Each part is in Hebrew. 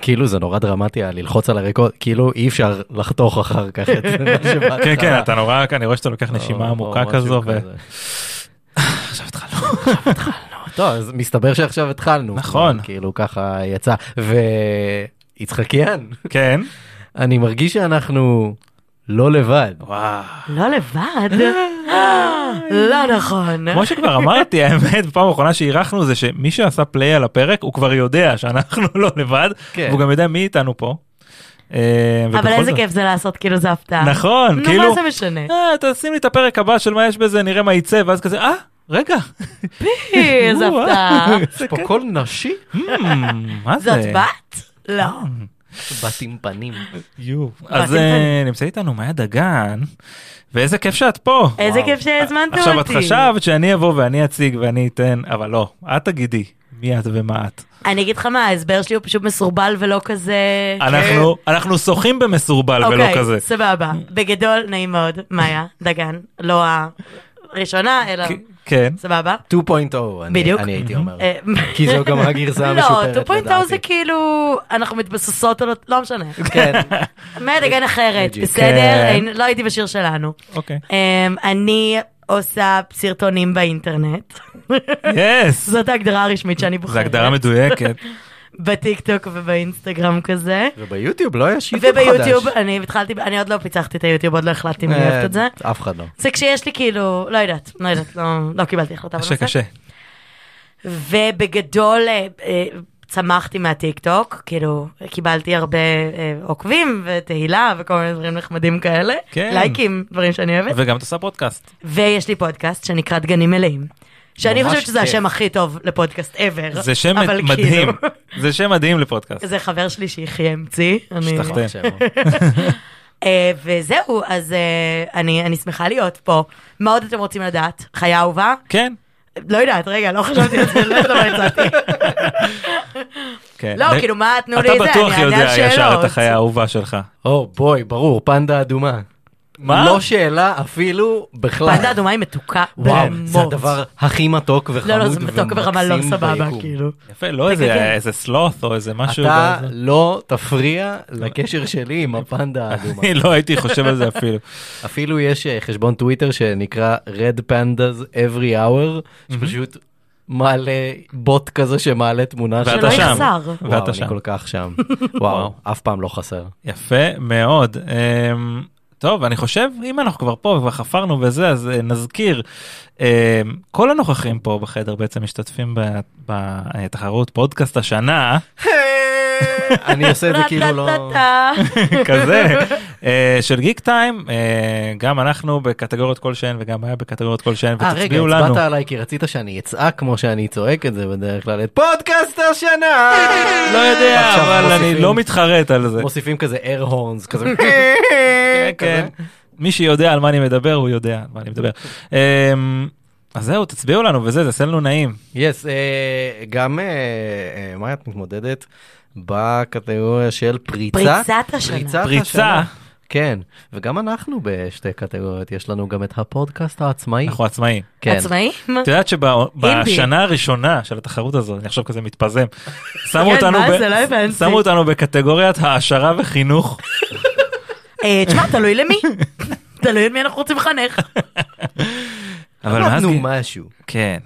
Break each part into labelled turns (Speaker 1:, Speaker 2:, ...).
Speaker 1: כאילו זה נורא דרמטי היה ללחוץ על הרקורד, כאילו אי אפשר לחתוך אחר כך את מה שבהתחלה.
Speaker 2: כן, כן, אתה נורא, אני רואה שאתה לוקח
Speaker 1: או-
Speaker 2: נשימה
Speaker 1: או
Speaker 2: עמוקה
Speaker 1: משהו
Speaker 2: כזו, ו...
Speaker 1: כזה.
Speaker 2: עכשיו התחלנו.
Speaker 1: טוב, אז מסתבר שעכשיו התחלנו.
Speaker 2: נכון.
Speaker 1: כאילו ככה יצא. ויצחקיאן,
Speaker 2: כן.
Speaker 1: אני מרגיש שאנחנו לא לבד.
Speaker 2: וואו.
Speaker 3: לא לבד? לא נכון.
Speaker 2: כמו שכבר אמרתי, האמת, בפעם האחרונה שאירחנו זה שמי שעשה פליי על הפרק, הוא כבר יודע שאנחנו לא לבד,
Speaker 1: כן.
Speaker 2: והוא גם יודע מי איתנו פה. אה,
Speaker 3: אבל
Speaker 2: ובכל
Speaker 3: איזה
Speaker 2: זאת-
Speaker 3: כיף זה לעשות כאילו זה הפתעה.
Speaker 2: נכון,
Speaker 3: נו,
Speaker 2: כאילו-
Speaker 3: מה זה משנה?
Speaker 2: אה, תשים לי את הפרק הבא של מה יש בזה, נראה מה יצא, ואז כזה, אה, רגע.
Speaker 3: אה, איזה
Speaker 2: וואו.
Speaker 3: הפתעה.
Speaker 1: יש
Speaker 2: אוקיי.
Speaker 1: פה קול נשי?
Speaker 2: Hmm, מה זה?
Speaker 3: זאת בת? לא.
Speaker 2: אה,
Speaker 1: בת עם פנים.
Speaker 2: יו. אז
Speaker 3: רק
Speaker 2: אה,
Speaker 3: אין
Speaker 2: נמצא איתנו מאיה דגן, ואיזה כיף שאת פה.
Speaker 3: איזה
Speaker 1: וואו.
Speaker 3: כיף שהזמנתם אותי.
Speaker 2: עכשיו את חשבת שאני אבוא ואני אציג ואני אתן, אבל לא, את תגידי מי את ומה את.
Speaker 3: אני אגיד לך מה, ההסבר שלי הוא פשוט מסורבל ולא כזה...
Speaker 2: אנחנו- אנחנו שוחים במסורבל ולא כזה.
Speaker 3: כן. אוקיי, סבבה. בגדול, נעים מאוד, מאיה דגן. לא הראשונה, אלא...
Speaker 2: כ- כן.
Speaker 3: סבבה.
Speaker 1: 2.0, oh, אני-
Speaker 3: בדיוק.
Speaker 1: אני הייתי אומר.
Speaker 3: אה,
Speaker 1: כי זו גם הגרסה המשופרת,
Speaker 3: לא, 2.0 זה
Speaker 1: לדעתי.
Speaker 3: כאילו, אנחנו מתבססות על... לא משנה.
Speaker 1: כן.
Speaker 3: מאיה דגן אחרת,
Speaker 1: בדיוק.
Speaker 3: בסדר?
Speaker 2: כן.
Speaker 3: אין- לא הייתי בשיר שלנו.
Speaker 2: אוקיי.
Speaker 3: אמ, אני עושה סרטונים באינטרנט.
Speaker 2: יס!
Speaker 3: זאת ההגדרה הרשמית שאני בוחרת.
Speaker 2: זו הגדרה מדויקת.
Speaker 3: בטיקטוק ובאינסטגרם כזה.
Speaker 1: וביוטיוב לא היה שיטה חדש.
Speaker 3: וביוטיוב, אני התחלתי, אני עוד לא פיצחתי את היוטיוב, עוד לא החלטתי אם אני אוהבת את זה.
Speaker 1: אה, אף אחד לא.
Speaker 3: זה כשיש לי כאילו, לא יודעת, לא יודעת, לא, לא קיבלתי החלטה
Speaker 2: קשה
Speaker 3: בנושא.
Speaker 2: קשה.
Speaker 3: ובגדול אה, אה, צמחתי מהטיקטוק, כאילו, קיבלתי הרבה אה, עוקבים ותהילה וכל מיני דברים נחמדים כאלה.
Speaker 2: כן.
Speaker 3: לייקים, דברים שאני אוהבת.
Speaker 2: וגם את עושה פודקאסט.
Speaker 3: ויש לי פודקאסט שנקרא דגנים מלאים. שאני
Speaker 2: ממש
Speaker 3: חושבת שזה
Speaker 2: כיף.
Speaker 3: השם הכי טוב לפודקאסט ever.
Speaker 2: זה שם
Speaker 3: לא, אבל
Speaker 2: מדהים.
Speaker 3: כאילו,
Speaker 2: זה שם מדהים לפודקאסט.
Speaker 3: זה חבר שלי שיחי המציא. אני-
Speaker 2: השתכנע.
Speaker 1: וואו, שם.
Speaker 3: אה, וזהו, אז אה, אני אני שמחה להיות פה. מה עוד אתם רוצים לדעת? חיה אהובה?
Speaker 2: כן.
Speaker 3: לא יודעת, רגע, לא חשבתי על זה, לא יודעת מה הצעתי.
Speaker 2: כן.
Speaker 3: לא,
Speaker 2: ד-
Speaker 3: כאילו, מה, תנו לי
Speaker 2: אתה
Speaker 3: את זה,
Speaker 2: בטוח
Speaker 3: אני אענה
Speaker 2: יודע
Speaker 3: על
Speaker 2: ישר את
Speaker 3: שאלות.
Speaker 2: החיה האהובה שלך.
Speaker 1: או בואי, ברור, פנדה אדומה.
Speaker 2: מה?
Speaker 1: לא שאלה אפילו בכלל.
Speaker 3: פנדה אדומה היא מתוקה
Speaker 1: וואו,
Speaker 3: ברמות.
Speaker 1: זה הדבר הכי מתוק וחמוד
Speaker 3: לא, לא, זה מתוק ברמה לא
Speaker 1: ומקסים
Speaker 3: סבבה,
Speaker 1: ביקום.
Speaker 3: כאילו.
Speaker 2: יפה, לא
Speaker 3: כן.
Speaker 2: איזה איזה סלוט או איזה משהו.
Speaker 1: אתה
Speaker 2: באיזה-
Speaker 1: לא תפריע לקשר שלי עם הפנדה האדומה.
Speaker 2: אני לא הייתי חושב על זה אפילו.
Speaker 1: אפילו יש אה, חשבון טוויטר שנקרא Red Pandas Every Hour, שפשוט מעלה בוט כזה שמעלה תמונה
Speaker 2: ואתה
Speaker 3: שלא
Speaker 2: שם.
Speaker 3: לא יחסר.
Speaker 1: וואו,
Speaker 2: ואתה
Speaker 1: אני
Speaker 2: שם.
Speaker 1: כל כך שם. וואו, אף פעם לא חסר.
Speaker 2: יפה מאוד. אמ, טוב, אני חושב, אם אנחנו כבר פה וכבר חפרנו וזה, אז אה, נזכיר. אמ, כל הנוכחים פה בחדר בעצם משתתפים ב- בתחרות פודקאסט השנה,
Speaker 1: אני עושה את זה כאילו לא...
Speaker 3: טה-טה-טה.
Speaker 2: כזה, אה, של גיק טיים. אה, גם אנחנו בקטגוריות כלשהן וגם היה בקטגוריות כלשהן,
Speaker 1: אה, רגע,
Speaker 2: ותצביעו לנו.
Speaker 1: הצבעת עליי כי רצית שאני אצעק כמו שאני צועק את זה בדרך כלל, את פודקאסט השנה!
Speaker 2: לא יודע,
Speaker 1: עכשיו
Speaker 2: אבל אני
Speaker 1: מוסיפים-
Speaker 2: לא מתחרט על זה.
Speaker 1: מוסיפים כזה air horns, כזה...
Speaker 2: כן, כן. מי שיודע על מה אני מדבר, הוא יודע על מה אני מדבר. אמ, אז זהו, תצביעו לנו וזה, זה עושה לנו נעים.
Speaker 1: יס, אה, גם אה, אה, מאיה, את מתמודדת בקטגוריה של פריצה.
Speaker 3: פריצת השנה.
Speaker 2: פריצה.
Speaker 1: כן, וגם אנחנו בשתי קטגוריות, יש לנו גם את הפודקאסט העצמאי.
Speaker 2: אנחנו עצמאים.
Speaker 1: כן.
Speaker 3: עצמאים?
Speaker 2: את יודעת
Speaker 3: אינדי.
Speaker 2: שבשנה הראשונה של התחרות הזו, אני עכשיו כזה מתפזם, שמו
Speaker 3: כן,
Speaker 2: אותנו
Speaker 3: מה
Speaker 2: ב-
Speaker 3: זה? לא הבנתי.
Speaker 2: שמו אותנו בקטגוריית העשרה וחינוך.
Speaker 3: אה, תשמע, תלוי למי. תלוי את מי אנחנו רוצים לחנך.
Speaker 2: אבל מה זה?
Speaker 1: למדנו משהו.
Speaker 2: כן.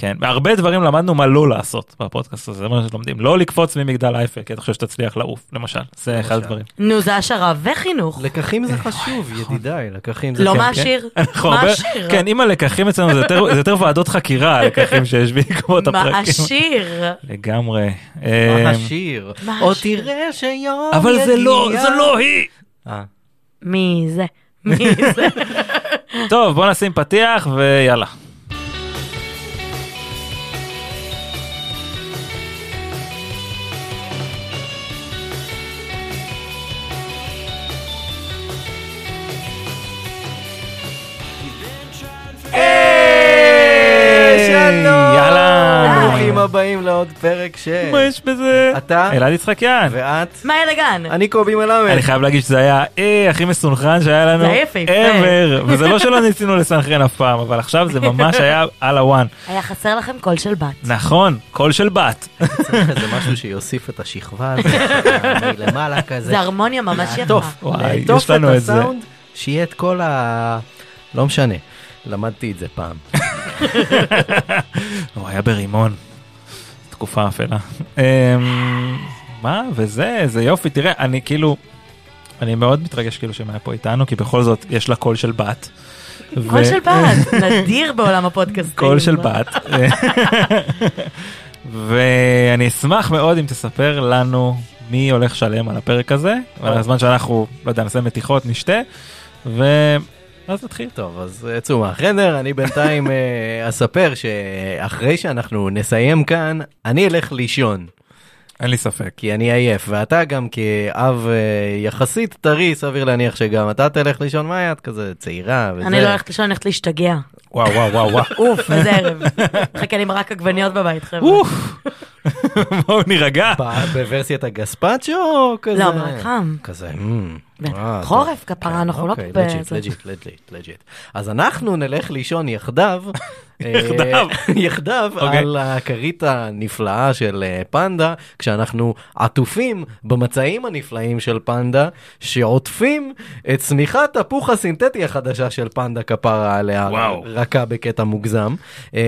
Speaker 2: כן, הרבה דברים למדנו מה לא לעשות בפודקאסט הזה, זה מה שלומדים. לא לקפוץ ממגדל אייפל, כי אתה חושב שתצליח לעוף, למשל. זה אחד
Speaker 1: למשל.
Speaker 2: הדברים.
Speaker 3: נו, זה השערה וחינוך.
Speaker 1: לקחים
Speaker 2: אה,
Speaker 1: זה חשוב,
Speaker 2: נכון.
Speaker 1: ידידיי, לקחים
Speaker 2: כן,
Speaker 1: זה כן.
Speaker 3: לא
Speaker 1: חשוב.
Speaker 3: מעשיר.
Speaker 2: אנחנו הרבה-
Speaker 3: מעשיר.
Speaker 2: כן, אם הלקחים אצלנו זה יותר- זה יותר ועדות חקירה, הלקחים שיש בעקבות הפרקים.
Speaker 3: מעשיר.
Speaker 2: לגמרי.
Speaker 1: מה
Speaker 2: אמ,
Speaker 1: השיר?
Speaker 3: מה
Speaker 1: או
Speaker 3: השיר?
Speaker 1: תראה שיום יגיע.
Speaker 2: אבל זה לא, זה לא היא.
Speaker 1: אה,
Speaker 3: מי זה? מי זה?
Speaker 2: טוב, בוא נשים פתיח ויאללה.
Speaker 1: שלום.
Speaker 2: יאללה.
Speaker 1: אה, ברוכים הבאים לעוד פרק ש...
Speaker 2: מה יש בזה?
Speaker 1: אתה
Speaker 2: אלעד יצחקיאן.
Speaker 1: ואת,
Speaker 3: מאיה דגן.
Speaker 1: אני קובי מלמד.
Speaker 2: אני חייב להגיד שזה היה אה, הכי מסונכרן שהיה לנו
Speaker 3: זה היה יפהפה.
Speaker 2: ever, וזה לא שלא ניסינו לסנכרן אף פעם, אבל עכשיו זה ממש היה על הוואן.
Speaker 3: היה חסר לכם קול של בת.
Speaker 2: נכון, קול של בת.
Speaker 1: צריך איזה משהו שיוסיף את השכבה הזאת, מלמעלה כזה. אה,
Speaker 3: זה הרמוניה ממש יפה.
Speaker 1: לעטוף,
Speaker 2: וואי,
Speaker 1: לעטוף
Speaker 2: יש לנו
Speaker 1: את
Speaker 2: את זה.
Speaker 1: הסאונד, שיהיה את כל ה... לא משנה, למדתי את זה פעם.
Speaker 2: הוא היה ברימון. תקופה אפלה. אמ, מה? וזה, זה יופי. תראה, אני כאילו, אני מאוד מתרגש כאילו שמאיה פה איתנו, כי בכל זאת יש לה קול של בת.
Speaker 3: קול
Speaker 2: ו-
Speaker 3: של בת, נדיר בעולם הפודקאסטים.
Speaker 2: קול של בת. ואני אשמח מאוד אם תספר לנו מי הולך לשלם על הפרק הזה, ועל הזמן שאנחנו, לא יודע, נעשה מתיחות, נשתה, ואז נתחיל.
Speaker 1: טוב, אז אה, צאו מהחדר, אני בינתיים אה, אספר שאחרי שאנחנו נסיים כאן, אני אלך לישון,
Speaker 2: אין לי ספק.
Speaker 1: כי אני עייף, ואתה גם כאב אה, יחסית טרי, סביר להניח שגם אתה תלך לישון, מה היה? את כזה צעירה וזה.
Speaker 3: אני לא הולכת לישון, אני הולכת להשתגע.
Speaker 2: וואו וואו וואו וואו.
Speaker 3: אוף, איזה ערב. מחכה לי עם רק עגבניות בבית, חבר'ה.
Speaker 2: אוף. בואו נירגע.
Speaker 1: ב- בוורסיית הגספצ'ו או כזה?
Speaker 3: לא, מרק חם.
Speaker 1: כזה, אמ,
Speaker 3: בטח.
Speaker 1: אה, טוב.
Speaker 3: כן. חורף, כפרה, אנחנו לא...
Speaker 1: אוקיי,
Speaker 3: ב-
Speaker 1: לג'יט,
Speaker 3: זה-
Speaker 1: לג'יט, לג'יט, לג'יט. אז אנחנו נלך לישון יחדיו, אה,
Speaker 2: יחדיו?
Speaker 1: יחדיו
Speaker 2: אוקיי.
Speaker 1: על הכרית הנפלאה של אה, פנדה, כשאנחנו עטופים במצעים הנפלאים של פנדה, שעוטפים את צמיחת הפוך הסינתטי החדשה של פנדה כפרה עליה,
Speaker 2: וואו.
Speaker 1: רכה בקטע מוגזם. אה,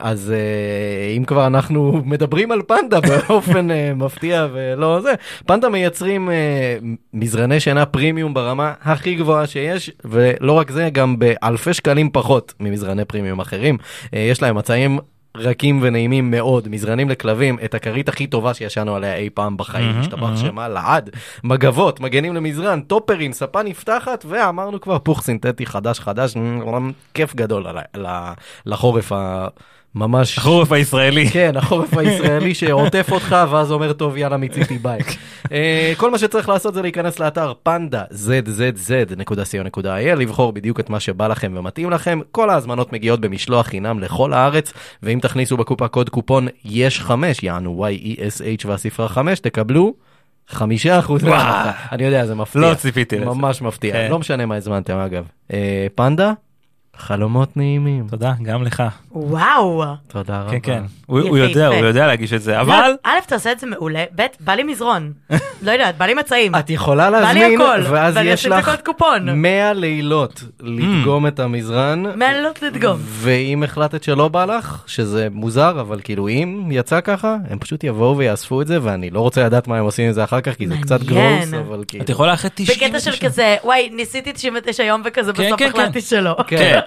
Speaker 1: אז אה, אם כבר אנחנו מדברים על פנדה באופן אה, מפתיע ולא זה, פנדה מייצרים אה, מזרני שינה פרימיום ברמה הכי גבוהה שיש, ולא רק זה, גם באלפי שקלים פחות ממזרני פרימיום אחרים. אה, יש להם מצעים רכים ונעימים מאוד, מזרנים לכלבים, את הכרית הכי טובה שישנו עליה אי פעם בחיים,
Speaker 2: מהמם,
Speaker 1: השתבח
Speaker 2: מהמם.
Speaker 1: שמה לעד, מגבות, מגנים למזרן, טופרים, ספה נפתחת, ואמרנו כבר פוך סינתטי חדש חדש, מ- כיף גדול על ה- ל- לחורף הממש...
Speaker 2: החורף הישראלי.
Speaker 1: כן, החורף הישראלי שעוטף אותך ואז אומר טוב יאללה מיציתי ביי. אה, כל מה שצריך לעשות זה להיכנס לאתר פנדה zzz.co.il לבחור בדיוק את מה שבא לכם ומתאים לכם. כל ההזמנות מגיעות במשלוח חינם לכל הארץ ואם תכניסו בקופה קוד קופון יש חמש יענו y-e-s-h והספרה חמש תקבלו. חמישה אחוז
Speaker 2: וואו.
Speaker 1: מההנחה. אני יודע זה מפתיע.
Speaker 2: לא ציפיתי לזה.
Speaker 1: ממש מפתיע.
Speaker 2: כן.
Speaker 1: לא משנה מה הזמנתם אגב. אה, פנדה, חלומות נעימים.
Speaker 2: תודה, גם לך.
Speaker 3: וואו.
Speaker 1: תודה רבה.
Speaker 2: כן, כן. הוא הוא
Speaker 3: יפהפה.
Speaker 2: יודע, הוא יודע להגיש את זה, אבל...
Speaker 3: א', אתה עושה את זה מעולה, ב', בא לי מזרון. לא יודעת, בא לי מצעים.
Speaker 1: את יכולה
Speaker 3: לי
Speaker 1: להזמין,
Speaker 3: הכל,
Speaker 1: ואז
Speaker 3: ואני
Speaker 1: יש
Speaker 3: אשים את
Speaker 1: לך
Speaker 3: הקוד קופון.
Speaker 1: 100 לילות לדגום
Speaker 2: Mm.
Speaker 1: את המזרן.
Speaker 3: מעלות לדגום.
Speaker 1: ואם החלטת שלא בא לך, שזה מוזר, אבל כאילו אם יצא ככה, הם פשוט יבואו ויאספו את זה, ואני לא רוצה לדעת מה הם עושים עם זה אחר כך, כי זה
Speaker 3: מעניין.
Speaker 1: קצת גרוס, אבל כאילו...
Speaker 2: את יכולה אחרי 90...
Speaker 3: בקטע של כזה, וואי, ניסיתי 99 יום וכזה,
Speaker 2: כן,
Speaker 3: בסוף
Speaker 2: כן,
Speaker 3: החלטתי שלא.
Speaker 1: כן.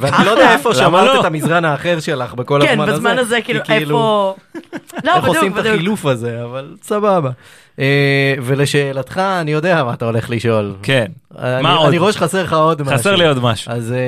Speaker 1: ואני לא יודע
Speaker 3: אחלה.
Speaker 1: איפה
Speaker 2: למה
Speaker 1: שמרת
Speaker 2: לא?
Speaker 1: את המזרן האחר שלך בכל
Speaker 3: כן,
Speaker 1: הזמן הזה.
Speaker 3: בזמן הזה,
Speaker 1: כי
Speaker 3: כאילו, איפה... לא,
Speaker 1: איך עושים
Speaker 3: בדיוק,
Speaker 1: את
Speaker 3: בדיוק.
Speaker 1: החילוף הזה, אבל סבבה. אה, ולשאלתך, אני יודע מה אתה הולך לשאול.
Speaker 2: כן.
Speaker 1: אני-
Speaker 2: מה עוד?
Speaker 1: אני רואה שחסר לך עוד משהו.
Speaker 2: חסר לי עוד משהו.
Speaker 1: אז אה,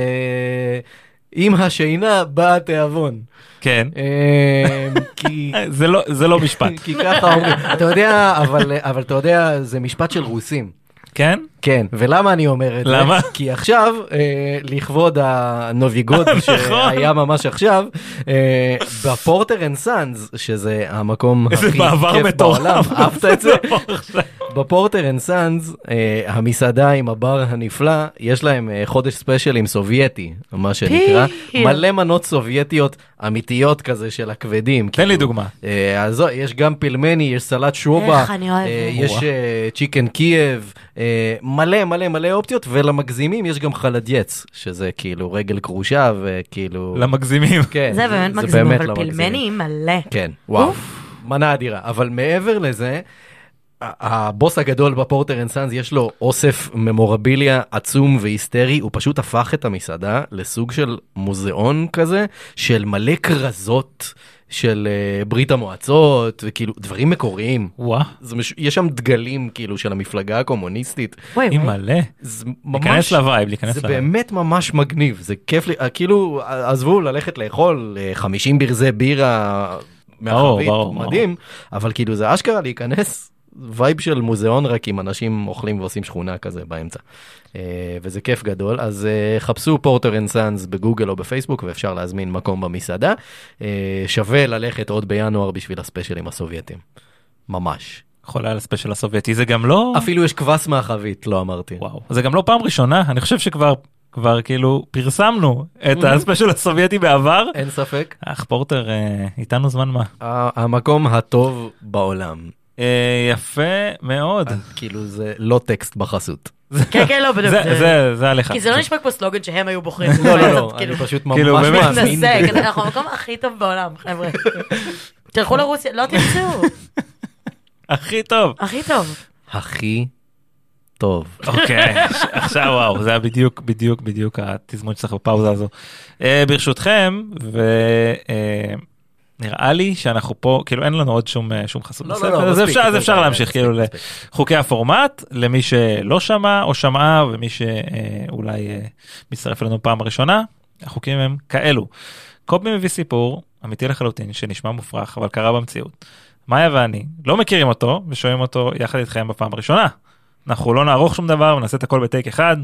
Speaker 1: עם השינה בא התיאבון.
Speaker 2: כן.
Speaker 1: אה, כי...
Speaker 2: זה לא- זה לא משפט.
Speaker 1: כי ככה אומרים, אתה יודע, אבל, אבל אתה יודע, זה משפט של רוסים.
Speaker 2: כן?
Speaker 1: כן, ולמה אני אומר את זה?
Speaker 2: למה?
Speaker 1: כי עכשיו, אה, לכבוד הנוביגוד
Speaker 2: נכון.
Speaker 1: שהיה ממש עכשיו, אה, בפורטר אנד סאנס, שזה המקום הכי
Speaker 2: איזה
Speaker 1: אה, כיף
Speaker 2: מעבר
Speaker 1: בעולם,
Speaker 2: מטורף.
Speaker 1: אהבת את זה?
Speaker 2: לא, עכשיו.
Speaker 1: בפורטר אנד סאנס, אה, המסעדה עם הבר הנפלא, יש להם אה, חודש ספיישלים סובייטי, מה שנקרא.
Speaker 3: פי.
Speaker 1: מלא מנות סובייטיות אמיתיות כזה של הכבדים.
Speaker 2: תן לי
Speaker 1: כאילו,
Speaker 2: דוגמה.
Speaker 1: אה, אז זו- יש גם פילמני, יש סלט שובה,
Speaker 3: איך אני אוהבת.
Speaker 1: אה, יש
Speaker 2: וואו.
Speaker 1: אה, צ'יקן קייב, אה, מלא מלא מלא אופציות, ולמגזימים יש גם חלדייץ, שזה כאילו רגל כרושה וכאילו...
Speaker 2: למגזימים.
Speaker 1: כן,
Speaker 3: זה באמת מגזים,
Speaker 1: באמת
Speaker 3: אבל
Speaker 1: לא מגזימים.
Speaker 3: פלמני מלא.
Speaker 1: כן, וואו, מנה אדירה. אבל מעבר לזה, ה- הבוס הגדול בפורטר אנד סאנס יש לו אוסף ממורביליה עצום והיסטרי, הוא פשוט הפך את המסעדה לסוג של מוזיאון כזה, של מלא כרזות של אה, ברית המועצות, וכאילו דברים מקוריים.
Speaker 2: וואה.
Speaker 1: זה מש... יש שם דגלים כאילו של המפלגה הקומוניסטית,
Speaker 3: וואי,
Speaker 2: היא
Speaker 3: וואי.
Speaker 2: מלא.
Speaker 1: זה
Speaker 2: להיכנס
Speaker 1: ממש
Speaker 2: לווייב, להיכנס
Speaker 1: זה
Speaker 2: לווייב.
Speaker 1: באמת ממש מגניב, זה כיף לי, אה, כאילו, אה, עזבו ללכת לאכול אה, 50 ברזי בירה
Speaker 2: ברור,
Speaker 1: מהחבית,
Speaker 2: ברור,
Speaker 1: מדהים, אבל כאילו זה אשכרה להיכנס וייב של מוזיאון רק עם אנשים אוכלים ועושים שכונה כזה באמצע. אה, וזה כיף גדול, אז אה, חפשו פורטר אנד סאנס בגוגל או בפייסבוק ואפשר להזמין מקום במסעדה. אה, שווה ללכת עוד בינואר בשביל הספיישלים הסובייטים. ממש.
Speaker 2: חולה על הספיישל הסובייטי זה גם לא
Speaker 1: אפילו יש כבש מהחבית, לא אמרתי.
Speaker 2: וואו זה גם לא פעם ראשונה אני חושב שכבר כבר כאילו פרסמנו את
Speaker 1: Mhm.
Speaker 2: הספיישל הסובייטי בעבר.
Speaker 1: אין ספק.
Speaker 2: אך פורטר אה, איתנו זמן מה.
Speaker 1: ה- המקום הטוב בעולם.
Speaker 2: אה, יפה מאוד.
Speaker 1: כאילו זה לא טקסט בחסות.
Speaker 3: כן, כן, לא, בדיוק.
Speaker 2: זה-
Speaker 3: זה-
Speaker 2: זה זה עליך.
Speaker 3: כי זה לא נשמע כמו סלוגן שהם היו בוחרים.
Speaker 1: לא, לא, לא,
Speaker 3: זה
Speaker 1: אני
Speaker 3: כאילו-
Speaker 1: פשוט
Speaker 2: כאילו,
Speaker 1: ממש
Speaker 2: באמת.
Speaker 1: מאמין.
Speaker 3: מתנשא,
Speaker 1: בזה.
Speaker 3: כזה, אנחנו במקום הכי טוב בעולם, חבר'ה. תלכו לרוסיה, לא תמצאו,
Speaker 2: הכי טוב.
Speaker 3: הכי טוב.
Speaker 1: הכי טוב.
Speaker 2: אוקיי, עכשיו וואו, זה היה בדיוק, בדיוק, בדיוק התזמון שצריך בפאוזה הזו. אה, ברשותכם, ונראה לי שאנחנו פה, כאילו אין לנו עוד שום אה, שום חסות.
Speaker 1: לא,
Speaker 2: נוספת,
Speaker 1: לא, לא,
Speaker 2: אז
Speaker 1: מספיק.
Speaker 2: אפשר- אז אפשר
Speaker 1: מספיק,
Speaker 2: להמשיך
Speaker 1: מספיק,
Speaker 2: כאילו
Speaker 1: מספיק.
Speaker 2: לחוקי הפורמט, למי שלא שמע או שמעה, ומי שאולי אה, מצטרף אלינו פעם הראשונה, החוקים הם כאלו. קובי מביא סיפור אמיתי לחלוטין, שנשמע מופרך, אבל קרה במציאות. מאיה ואני לא מכירים אותו, ושומעים אותו יחד איתכם בפעם הראשונה. אנחנו לא נערוך שום דבר ונעשה את הכל בטייק אחד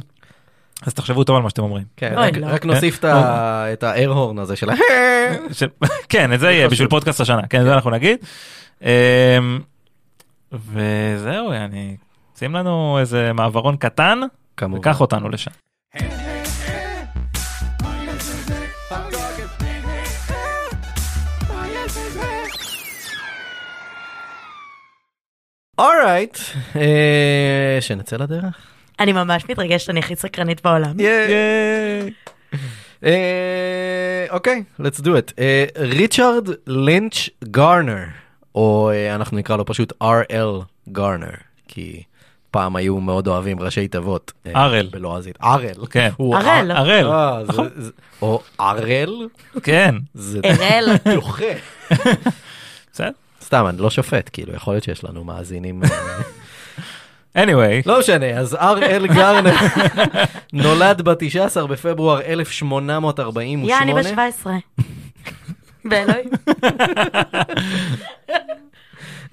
Speaker 2: אז תחשבו טוב על מה שאתם אומרים.
Speaker 1: כן,
Speaker 3: אוי,
Speaker 1: רק-
Speaker 3: לא.
Speaker 1: רק נוסיף את ה- את האר-הורן הזה של ה...
Speaker 2: ש... כן את זה יהיה בשביל פודקאסט השנה כן זה אנחנו נגיד. אמ, וזהו אני שים לנו איזה מעברון קטן
Speaker 1: כמובן.
Speaker 2: וקח אותנו לשם.
Speaker 1: אורייט, אה, שנצא לדרך.
Speaker 3: אני ממש מתרגשת, אני הכי סקרנית בעולם.
Speaker 1: ייי. אה, אוקיי, let's do it. אה, ריצ'רד לינץ' גארנר, או אה, אנחנו נקרא לו פשוט R.L. גארנר, כי פעם היו מאוד אוהבים ראשי תיבות. אה,
Speaker 2: RL.
Speaker 1: בלועזית. R.L.
Speaker 2: כן.
Speaker 1: הוא
Speaker 3: RL.
Speaker 2: הראל
Speaker 1: אה, זה- זה- או R.L.
Speaker 2: כן
Speaker 1: זה
Speaker 3: אראל,
Speaker 1: דוחה.
Speaker 2: בסדר.
Speaker 1: סתם, אני לא שופט, כאילו, יכול להיות שיש לנו מאזינים. אה,
Speaker 2: anyway
Speaker 1: לא משנה, אז אראל גרנר נולד ב-19 בפברואר 1848.
Speaker 3: יא, אני בת 17. באלוהים.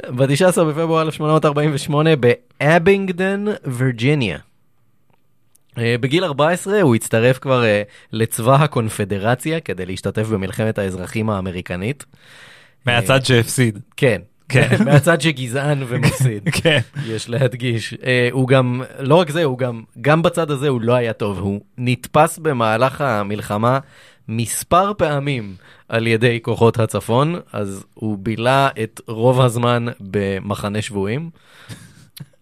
Speaker 1: ב-19 בפברואר 1848 באבינגדון, וירג'יניה. אה, בגיל 14 הוא הצטרף כבר אה, לצבא הקונפדרציה כדי להשתתף במלחמת האזרחים האמריקנית.
Speaker 2: מהצד שהפסיד
Speaker 1: כן.
Speaker 2: כן.
Speaker 1: מהצד שגזען ומפסיד.
Speaker 2: כן
Speaker 1: יש להדגיש. אה, הוא גם, לא רק זה, הוא גם, גם בצד הזה הוא לא היה טוב. הוא נתפס במהלך המלחמה מספר פעמים על ידי כוחות הצפון, אז הוא בילה את רוב הזמן במחנה שבויים.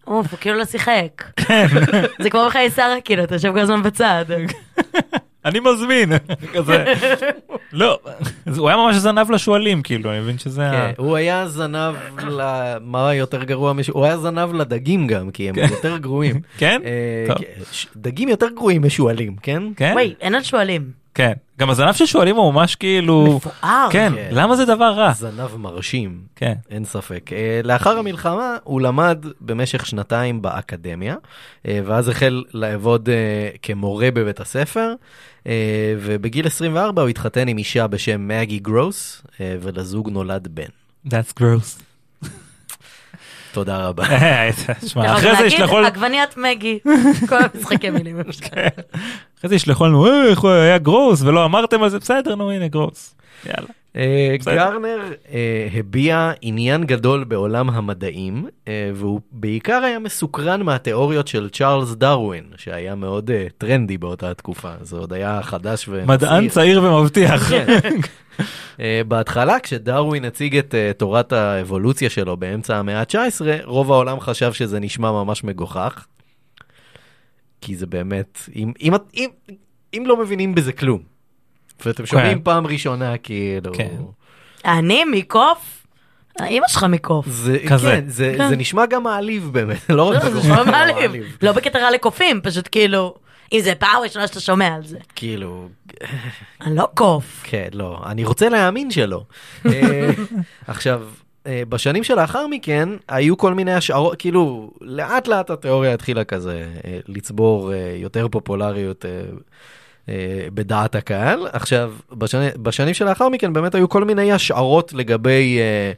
Speaker 3: אוף, הוא כאילו לא שיחק.
Speaker 2: כן.
Speaker 3: זה כמו בחיי שרה, כאילו, אתה יושב כל הזמן בצד.
Speaker 2: אני מזמין כזה לא אז הוא היה ממש זנב לשועלים כאילו אני מבין שזה ה-
Speaker 1: כן, הוא היה זנב ל... מה יותר גרוע משהו? הוא היה זנב לדגים גם, כי הם יותר גרועים.
Speaker 2: כן
Speaker 1: אה,
Speaker 2: טוב.
Speaker 1: כן, ש- דגים יותר גרועים משועלים, כן?
Speaker 2: כן
Speaker 3: וואי, אין על שועלים.
Speaker 2: כן גם הזנב של שועלים הוא ממש כאילו
Speaker 3: מפואר.
Speaker 2: כן
Speaker 1: כן.
Speaker 2: למה זה דבר רע
Speaker 1: זנב מרשים.
Speaker 2: כן
Speaker 1: אין ספק. אה, לאחר המלחמה הוא למד במשך שנתיים באקדמיה, אה, ואז החל לעבוד אה, כמורה בבית הספר, אה, ובגיל 24 הוא התחתן עם אישה בשם מגי גרוס, אה, ולזוג נולד בן.
Speaker 2: that's gross.
Speaker 1: תודה רבה.
Speaker 2: אה, שמע, אחרי זה ישלחו כן. לנו-
Speaker 3: עגבניית מגי. כל המשחקי מילים. אפשר.
Speaker 2: אחרי זה ישלחו לנו "אה, איך הוא היה גרוס ולא אמרתם על זה בסדר נו הנה גרוס. יאללה.
Speaker 1: אה,
Speaker 2: בסדר.
Speaker 1: גרנר אה, הביע עניין גדול בעולם המדעים, אה, והוא בעיקר היה מסוקרן מהתיאוריות של צ'ארלס דרווין, שהיה מאוד אה, טרנדי באותה התקופה, זה עוד היה חדש ומצעיר.
Speaker 2: מדען צעיר ומבטיח.
Speaker 1: כן. אה, בהתחלה, כשדרווין הציג את אה, תורת האבולוציה שלו באמצע המאה ה-19, רוב העולם חשב שזה נשמע ממש מגוחך. כי זה באמת, אם, אם, את- אם, אם לא מבינים בזה כלום, ואתם שומעים פעם ראשונה, כאילו...
Speaker 2: כן.
Speaker 3: אני מקוף? אמא שלך מקוף.
Speaker 1: זה,
Speaker 2: כזה.
Speaker 1: כן, זה,
Speaker 3: כן.
Speaker 1: זה נשמע גם מעליב באמת, לא רק
Speaker 3: לא, זה
Speaker 1: מגוחך,
Speaker 3: נשמע
Speaker 1: גם
Speaker 3: מעליב. לא בקטע רע לקופים, פשוט כאילו, אם זה פעם ראשונה שאתה שומע על זה.
Speaker 1: כאילו,
Speaker 3: אני לא קוף.
Speaker 1: כן, לא, אני רוצה להאמין שלא. אה, עכשיו, אה, בשנים שלאחר מכן, היו כל מיני השערות, כאילו, לאט לאט התיאוריה התחילה כזה אה, לצבור אה, יותר פופולריות. אה, אה, בדעת הקהל. עכשיו, בשני, בשנים שלאחר מכן באמת היו כל מיני השערות לגבי אה,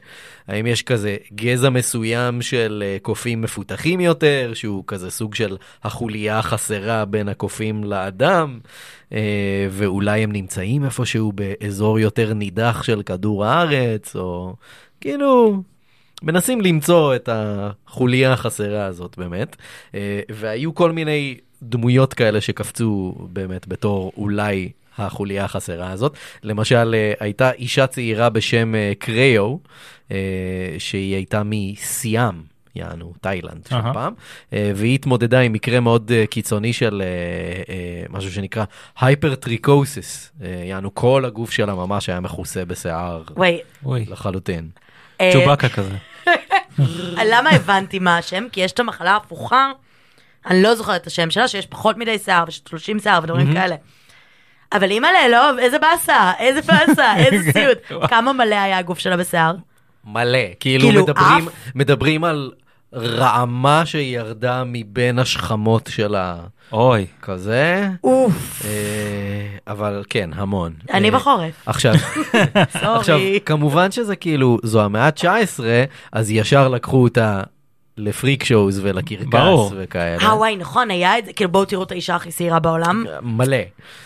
Speaker 1: האם יש כזה גזע מסוים של אה, קופים מפותחים יותר, שהוא כזה סוג של החוליה החסרה בין הקופים לאדם, אה, ואולי הם נמצאים איפשהו באזור יותר נידח של כדור הארץ, או כאילו... מנסים למצוא את החוליה החסרה הזאת באמת, אה, והיו כל מיני דמויות כאלה שקפצו באמת בתור אולי החוליה החסרה הזאת. למשל, אה, הייתה אישה צעירה בשם אה, קריו, אה, שהיא הייתה מסיאם, יענו, תאילנד של
Speaker 2: אהה.
Speaker 1: פעם, אה, והיא התמודדה עם מקרה מאוד אה, קיצוני של אה, אה, משהו שנקרא הייפרטריקוסיס, יענו, כל הגוף שלה ממש היה מכוסה בשיער
Speaker 3: וואי,
Speaker 2: אוי,
Speaker 1: לחלוטין.
Speaker 3: אה,
Speaker 2: צ'ובאקה כזה.
Speaker 3: למה הבנתי מה השם? כי יש את המחלה ההפוכה, אני לא זוכרת את השם שלה, שיש פחות מדי שיער ושתלושים שיער ודברים כאלה. אבל אימא'לה, לא, איזה באסה, איזה באסה, איזה סיוט. כמה מלא היה הגוף שלה בשיער?
Speaker 1: מלא. כאילו,
Speaker 3: כאילו,
Speaker 1: מדברים,
Speaker 3: אף?
Speaker 1: מדברים על רעמה שירדה מבין השכמות שלה
Speaker 2: אוי.
Speaker 1: כזה,
Speaker 3: אוף,
Speaker 1: אה, אבל כן, המון.
Speaker 3: אני
Speaker 1: אה,
Speaker 3: בחורף,
Speaker 1: עכשיו, עכשיו,
Speaker 3: סורי.
Speaker 1: כמובן שזה כאילו, זו המאה ה-19, אז ישר לקחו אותה לפריק שואוז ולקרקס
Speaker 2: ברור.
Speaker 1: וכאלה.
Speaker 3: אה וואי, נכון, היה את זה, כאילו בואו תראו את האישה הכי שעירה בעולם.
Speaker 1: מלא.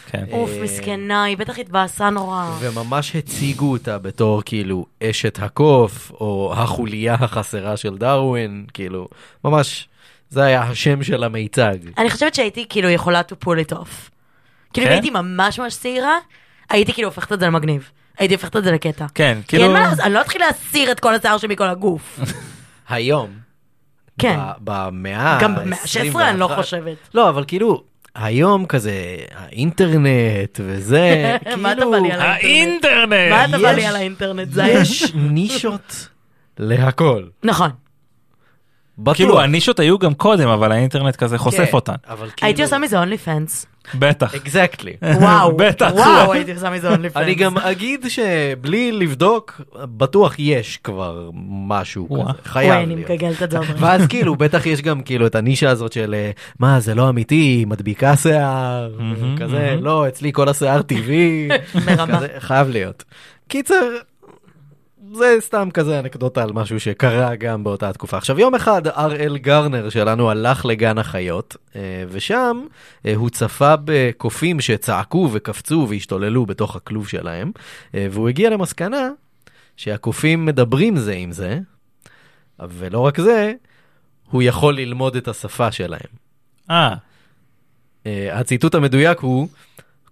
Speaker 2: כן.
Speaker 1: אה,
Speaker 3: אוף, מסכנה, היא בטח התבאסה נורא.
Speaker 1: וממש הציגו אותה בתור כאילו אשת הקוף, או החוליה החסרה של דרווין, כאילו, ממש, זה היה השם של המיצג.
Speaker 3: אני חושבת שהייתי כאילו יכולה to pull it off. כאילו אם
Speaker 2: כן?
Speaker 3: הייתי ממש ממש צעירה, הייתי כאילו הופכת את זה למגניב. הייתי הופכת את זה לקטע.
Speaker 2: כן,
Speaker 3: כי אין
Speaker 2: כאילו...
Speaker 3: מה לעשות, אני לא אתחיל להסיר את כל השיער שלי מכל הגוף.
Speaker 1: היום,
Speaker 3: כן.
Speaker 1: ב- במאה
Speaker 2: אה,
Speaker 3: גם במאה ה-16 אני לא
Speaker 1: ה-21.
Speaker 3: חושבת.
Speaker 1: לא, אבל כאילו, היום כזה, האינטרנט וזה, כאילו...
Speaker 3: מה אתה בא לי על האינטרנט? מה
Speaker 2: האינטרנט!
Speaker 3: אתה בא לי
Speaker 1: יש-
Speaker 3: על האינטרנט? זה היה-
Speaker 1: יש נישות להכל.
Speaker 3: נכון.
Speaker 1: בטוח.
Speaker 2: כאילו הנישות היו גם קודם, אבל האינטרנט כזה חושף
Speaker 1: כן,
Speaker 2: אותן.
Speaker 1: אבל כאילו...
Speaker 3: הייתי עושה מזה אונלי פנס.
Speaker 2: בטח.
Speaker 1: אקזקטלי.
Speaker 3: וואו.
Speaker 2: בטח.
Speaker 3: וואו, הייתי עושה מזה אונלי פנס.
Speaker 1: אני גם אגיד שבלי לבדוק, בטוח יש כבר משהו
Speaker 2: וואה.
Speaker 1: כזה, חייב
Speaker 3: וואי, אני
Speaker 1: להיות.
Speaker 3: מגגלת את זה עוד רגע.
Speaker 1: ואז כאילו, בטח יש גם כאילו את הנישה הזאת של אה, מה, זה לא אמיתי, היא מדביקה שיער,
Speaker 2: מהמם,
Speaker 1: כזה,
Speaker 2: מהמם.
Speaker 1: לא, אצלי כל השיער טבעי,
Speaker 3: מרמה.
Speaker 1: כזה, חייב להיות. קיצר, זה סתם כזה אנקדוטה על משהו שקרה גם באותה התקופה. עכשיו, יום אחד אראל גרנר שלנו הלך לגן החיות, אה, ושם אה, הוא צפה בקופים שצעקו וקפצו והשתוללו בתוך הכלוב שלהם, אה, והוא הגיע למסקנה שהקופים מדברים זה עם זה, ולא רק זה, הוא יכול ללמוד את השפה שלהם.
Speaker 2: אה,
Speaker 1: אה, הציטוט המדויק הוא,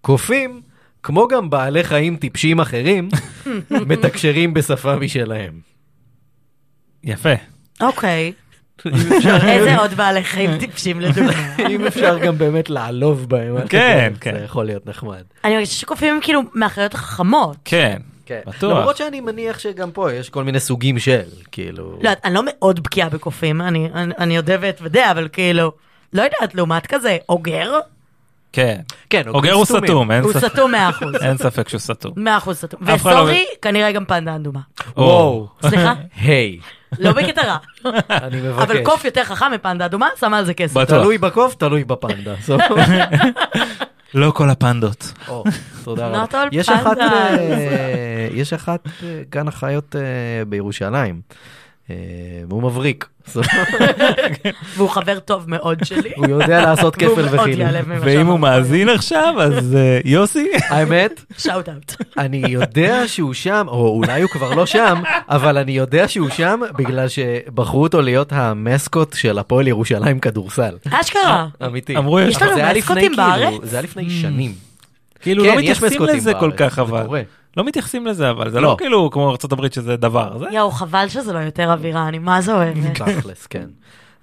Speaker 1: קופים, כמו גם בעלי חיים טיפשים אחרים, מתקשרים בשפה משלהם.
Speaker 2: יפה.
Speaker 3: אוקיי. איזה עוד בעלי חיים טיפשים לדוגמה.
Speaker 1: אם אפשר גם באמת לעלוב בהם, אתה
Speaker 2: כן,
Speaker 1: יודע,
Speaker 2: כן.
Speaker 1: זה יכול להיות נחמד.
Speaker 3: אני מרגישה שקופים הם כאילו מהחיות החכמות.
Speaker 2: כן. בטוח.
Speaker 1: למרות שאני מניח שגם פה יש כל מיני סוגים של, כאילו...
Speaker 3: לא, אני לא מאוד בקיאה בקופים, אני- אני אני יודע ואתוודע, אבל כאילו, לא יודעת, לעומת כזה, אוגר,
Speaker 2: כן.
Speaker 1: כן,
Speaker 2: אוגר הוא
Speaker 1: סתומים.
Speaker 2: סתום, אין
Speaker 3: הוא
Speaker 2: ספק-
Speaker 3: סתום 100%.
Speaker 2: אין ספק שהוא סתום.
Speaker 3: 100% סתום.
Speaker 2: אף אחד לא-
Speaker 3: וסורי, כנראה גם פנדה אדומה.
Speaker 1: וואו.
Speaker 3: סליחה?
Speaker 1: היי,
Speaker 3: לא בקטע רע.
Speaker 1: אני מבקש.
Speaker 3: אבל קוף יותר חכם מפנדה אדומה, שמה על זה כסף.
Speaker 2: בטוח.
Speaker 1: תלוי בקוף, תלוי בפנדה. סוף.
Speaker 2: לא כל הפנדות.
Speaker 1: או, תודה
Speaker 3: Not
Speaker 1: רבה.
Speaker 3: all
Speaker 1: יש אחת,
Speaker 3: pandas.
Speaker 1: אה, יש אחת אה, גן החיות אה, בירושלים. אה, והוא מבריק. סוף.
Speaker 3: והוא חבר טוב מאוד שלי.
Speaker 1: הוא יודע לעשות
Speaker 3: והוא
Speaker 1: כפל
Speaker 3: מאוד
Speaker 1: וחילים.
Speaker 3: ייעלב ממה
Speaker 2: ואם הוא
Speaker 3: שאמרת.
Speaker 2: מאזין עכשיו, אז אה, יוסי?
Speaker 1: האמת,
Speaker 3: שאוט אאוט.
Speaker 1: אני יודע שהוא שם, או אולי הוא כבר לא שם, אבל אני יודע שהוא שם בגלל שבחרו אותו להיות המסקוט של הפועל ירושלים כדורסל.
Speaker 3: אשכרה.
Speaker 1: אמיתי.
Speaker 2: אמרו, יש
Speaker 1: אבל
Speaker 3: לנו
Speaker 1: זה היה
Speaker 3: מסקוטים
Speaker 1: לפני, כאילו,
Speaker 3: בארץ?
Speaker 1: זה היה לפני שנים.
Speaker 2: כאילו לא
Speaker 1: כן, יש
Speaker 2: מתייחסים
Speaker 1: מסקוטים
Speaker 2: לזה כל
Speaker 1: בארץ,
Speaker 2: כך,
Speaker 1: זה
Speaker 2: אבל.
Speaker 1: קורה.
Speaker 2: לא מתייחסים לזה, אבל זה
Speaker 1: לא.
Speaker 2: לא כאילו כמו ארה"ב שזה דבר. זה-
Speaker 3: יואו, חבל שזה לא יותר אווירה, אני מה זה אוהבת.
Speaker 1: תכלס, כן.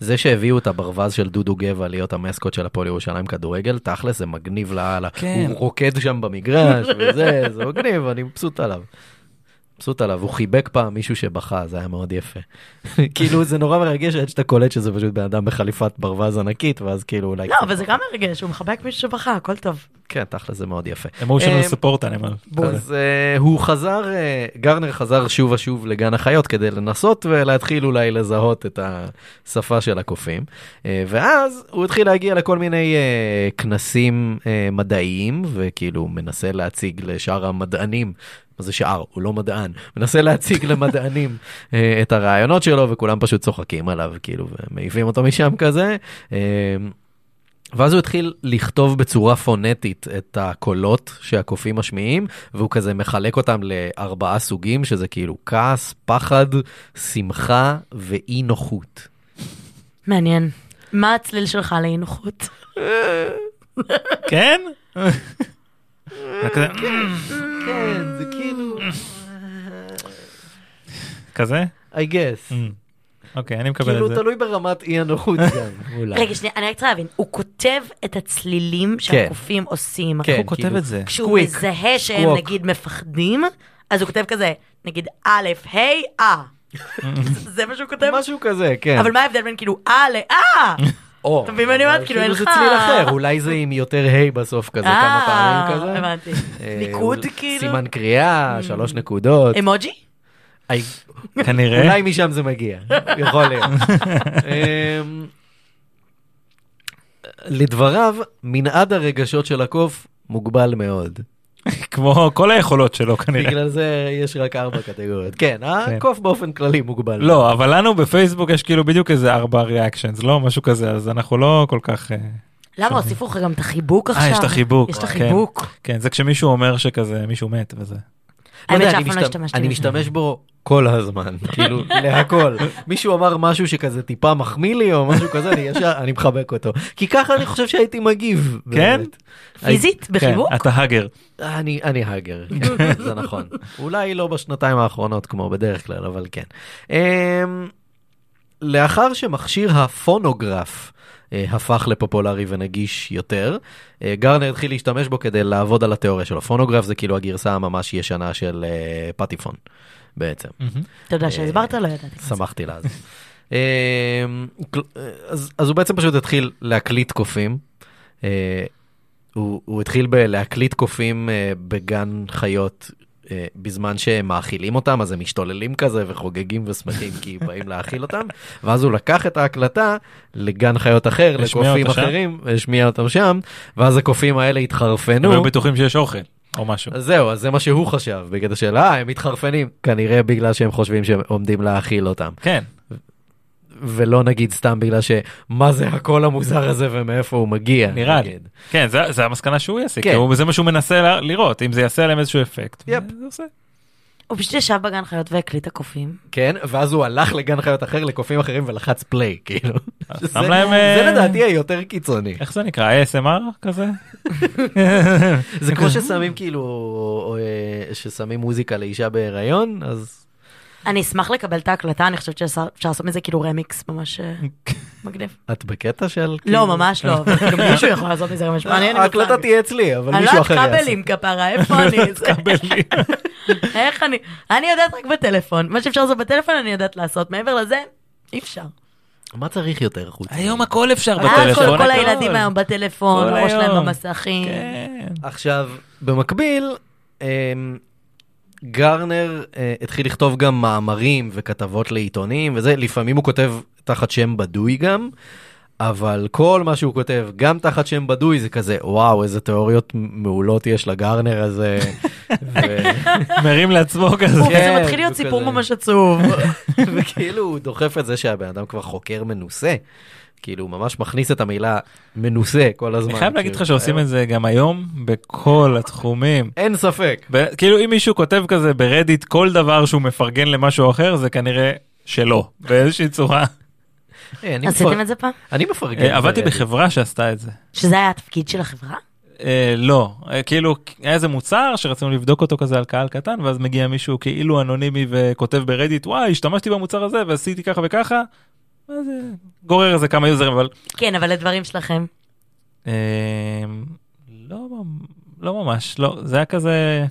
Speaker 1: זה שהביאו את הברווז של דודו גבע להיות המסקוט של הפועל ירושלים כדורגל, תכלס זה מגניב לאללה.
Speaker 2: כן.
Speaker 1: הוא רוקד שם במגרש וזה, זה מגניב, אני מבסוט עליו. מבסוט עליו, הוא חיבק פעם מישהו שבכה, זה היה מאוד יפה. כאילו זה נורא מרגש עד שאתה קולט שזה פשוט בן אדם בחליפת ברווז ענקית, ואז כאילו אולי...
Speaker 3: לא,
Speaker 1: קצת-
Speaker 3: אבל זה גם מרגש, הוא מחבק מישהו שבכה, הכל טוב.
Speaker 1: כן, תכל'ס זה מאוד יפה.
Speaker 2: אמוtional
Speaker 1: אה,
Speaker 2: support animal. כזה.
Speaker 1: אז אה, הוא חזר, אה, גרנר חזר שוב ושוב לגן החיות כדי לנסות ולהתחיל אולי לזהות את השפה של הקופים. אה, ואז הוא התחיל להגיע לכל מיני אה, כנסים אה, מדעיים, וכאילו מנסה להציג לשאר המדענים. מה זה שאר? הוא לא מדען. מנסה להציג למדענים אה, את הרעיונות שלו, וכולם פשוט צוחקים עליו, כאילו, ומעיפים אותו משם כזה. אה, ואז הוא התחיל לכתוב בצורה פונטית את הקולות שהקופים משמיעים, והוא כזה מחלק אותם לארבעה סוגים, שזה כאילו כעס, פחד, שמחה ואי נוחות.
Speaker 3: מעניין. מה הצליל שלך לאי נוחות?
Speaker 2: כן? כזה,
Speaker 1: כן, זה כאילו...
Speaker 2: כזה?
Speaker 1: I guess.
Speaker 2: אוקיי, אני מקבל
Speaker 1: כאילו
Speaker 2: את זה.
Speaker 1: תלוי ברמת אי הנוחות גם, אולי.
Speaker 3: רגע, שנייה, אני רק צריכה להבין. הוא כותב את הצלילים שהקופים עושים.
Speaker 1: כן,
Speaker 2: הוא כותב
Speaker 1: כאילו,
Speaker 2: את זה?
Speaker 3: כשהוא
Speaker 1: סקוויק,
Speaker 3: מזהה שהם
Speaker 1: סקווק.
Speaker 3: נגיד מפחדים, אז הוא כותב כזה, נגיד א', ה', אה. זה מה שהוא כותב?
Speaker 1: משהו כזה, כן.
Speaker 3: אבל מה ההבדל בין כאילו אה ל-אה?
Speaker 1: או,
Speaker 3: אתה מבין מה אני אומרת?
Speaker 1: אבל
Speaker 3: כאילו, אין
Speaker 1: זה
Speaker 3: לך-
Speaker 1: צליל אחר, אולי זה עם יותר היי בסוף כזה, כמה פעמים כזה.
Speaker 3: אה, הבנתי.
Speaker 1: אה,
Speaker 3: ניקוד
Speaker 1: אולי-
Speaker 3: כאילו?
Speaker 1: סימן קריאה, שלוש נקודות.
Speaker 3: אמוג'י?
Speaker 1: I-
Speaker 2: כנראה.
Speaker 1: אולי משם זה מגיע, יכול להיות. אמ, לדבריו, מנעד הרגשות של הקוף מוגבל מאוד.
Speaker 2: כמו כל היכולות שלו כנראה.
Speaker 1: בגלל זה יש רק ארבע קטגוריות. כן, הקוף באופן כללי מוגבל.
Speaker 2: לא, אבל לנו בפייסבוק יש כאילו בדיוק איזה ארבע ריאקשנס, לא משהו כזה, אז אנחנו לא כל כך... אה,
Speaker 3: למה הוסיפו לך גם את החיבוק עכשיו?
Speaker 2: אה, יש את החיבוק.
Speaker 3: יש את
Speaker 2: כן.
Speaker 3: החיבוק.
Speaker 2: כן, זה כשמישהו אומר שכזה, מישהו מת וזה.
Speaker 1: לא
Speaker 3: האמת
Speaker 1: יודע,
Speaker 3: שאף
Speaker 1: אני
Speaker 3: פעם לא
Speaker 1: משתמש-
Speaker 3: השתמשתי
Speaker 1: אני
Speaker 3: בזה.
Speaker 1: משתמש בו כל הזמן, כאילו, להכל. מישהו אמר משהו שכזה טיפה מחמיא לי או משהו כזה, אני ישר, אני מחבק אותו. כי ככה אני חושב שהייתי מגיב.
Speaker 2: כן?
Speaker 1: באמת.
Speaker 3: פיזית? בחיבוק?
Speaker 1: אה,
Speaker 2: כן, אתה האגר.
Speaker 1: אני, אני האגר, כן, זה נכון. אולי לא בשנתיים האחרונות כמו בדרך כלל, אבל כן. אמ, לאחר שמכשיר הפונוגרף אה, הפך לפופולרי ונגיש יותר, אה, גרנר התחיל להשתמש בו כדי לעבוד על התיאוריה שלו. פונוגרף זה כאילו הגרסה הממש ישנה של אה, פטיפון, בעצם. אה,
Speaker 3: תודה שהסברת, לא ידעתי.
Speaker 1: שמחתי לה. אז. אמ, כל- אז אז הוא בעצם פשוט התחיל להקליט קופים. אה, הוא הוא התחיל בלהקליט קופים אה, בגן חיות. אה, בזמן שהם מאכילים אותם, אז הם משתוללים כזה וחוגגים ושמחים כי באים להאכיל אותם, ואז הוא לקח את ההקלטה לגן חיות אחר,
Speaker 2: השמיע
Speaker 1: לקופים
Speaker 2: אותה שם?
Speaker 1: אחרים, השמיע אותם שם, ואז הקופים האלה
Speaker 2: הם היו
Speaker 1: התחרפנו.
Speaker 2: בטוחים שיש אוכל, או משהו.
Speaker 1: אז זהו, אז זה מה שהוא חשב, בקטע של אה, הם מתחרפנים, כנראה בגלל שהם חושבים שהם עומדים להאכיל אותם.
Speaker 2: כן,
Speaker 1: ולא נגיד סתם בגלל שמה זה הקול המוזר הזה ומאיפה הוא מגיע.
Speaker 2: נראה לי.
Speaker 1: נגיד.
Speaker 2: כן, זה- זה המסקנה שהוא יעשה,
Speaker 1: כן.
Speaker 2: כי הוא- זה מה שהוא מנסה ל- לראות, אם זה יעשה עליהם איזשהו אפקט.
Speaker 1: יפ.
Speaker 2: זה עושה.
Speaker 3: הוא פשוט ישב בגן חיות והקליט הקופים.
Speaker 1: כן, ואז הוא הלך לגן חיות אחר לקופים אחרים ולחץ פליי, כאילו.
Speaker 2: אז
Speaker 1: שזה-
Speaker 2: שם להם,
Speaker 1: זה
Speaker 2: אה,
Speaker 1: לדעתי היותר קיצוני.
Speaker 2: איך זה נקרא? ASMR כזה?
Speaker 1: זה כמו ששמים כאילו, אה, ששמים מוזיקה לאישה בהיריון, אז
Speaker 3: אני אשמח לקבל את ההקלטה, אני חושבת שאפשר אפשר לעשות מזה כאילו רמיקס ממש אה, מגניב.
Speaker 1: את בקטע של...
Speaker 3: לא, ממש לא, אבל כאילו מישהו יכול לעשות מזה רמיקס. מעניין, אני בכלל-
Speaker 1: כאילו- אה, ההקלטה תהיה אצלי, אבל
Speaker 3: אני לא
Speaker 1: מישהו
Speaker 3: יודעת
Speaker 1: אחר יעשה.
Speaker 3: כבלים כפרה, איפה אני? זה-
Speaker 2: כבלים.
Speaker 3: איך אני? אני יודעת רק בטלפון. מה שאפשר לעשות בטלפון אני יודעת לעשות. מעבר לזה, אי אפשר.
Speaker 1: מה צריך יותר חוץ?
Speaker 2: היום הכל אפשר
Speaker 3: הכל,
Speaker 2: בטלפון.
Speaker 3: כל
Speaker 2: הכל.
Speaker 3: הילדים היום בטלפון,
Speaker 2: כל
Speaker 3: הראש
Speaker 2: היום.
Speaker 3: שלהם במסכים.
Speaker 2: כן.
Speaker 1: עכשיו, במקביל, אמ, גרנר אה, התחיל לכתוב גם מאמרים וכתבות לעיתונים וזה, לפעמים הוא כותב תחת שם בדוי גם, אבל כל מה שהוא כותב, גם תחת שם בדוי, זה כזה, וואו, איזה תיאוריות מעולות יש לגרנר הזה. ו...
Speaker 2: מרים לעצמו
Speaker 3: אוף,
Speaker 2: כזה.
Speaker 1: כן,
Speaker 3: זה מתחיל להיות
Speaker 1: זה
Speaker 3: סיפור
Speaker 1: כזה.
Speaker 3: ממש עצוב.
Speaker 1: וכאילו הוא דוחף את זה שהבן אדם כבר חוקר מנוסה. כאילו הוא ממש מכניס את המילה מנוסה כל הזמן.
Speaker 2: אני חייב להגיד
Speaker 1: כאילו,
Speaker 2: לך שעושים את זה גם היום
Speaker 1: אה.
Speaker 2: בכל התחומים.
Speaker 1: אין ספק.
Speaker 2: ב- כאילו אם מישהו כותב כזה ברדיט כל דבר שהוא מפרגן למשהו אחר זה כנראה שלא באיזושהי צורה.
Speaker 1: אה, אני מפר-
Speaker 3: עשיתם את זה פעם?
Speaker 1: אני מפרגן.
Speaker 2: אה, עבדתי
Speaker 1: ברדיט.
Speaker 2: בחברה שעשתה את זה.
Speaker 3: שזה היה התפקיד של החברה?
Speaker 2: אה, לא אה, כאילו היה איזה מוצר שרצינו לבדוק אותו כזה על קהל קטן ואז מגיע מישהו כאילו אנונימי וכותב ברדיט וואי השתמשתי במוצר הזה ועשיתי ככה וככה. אז אה, גורר איזה כמה יוזרים אבל
Speaker 3: כן, אבל לדברים שלכם.
Speaker 2: אמ, אה, לא ממ- לא ממש לא זה היה כזה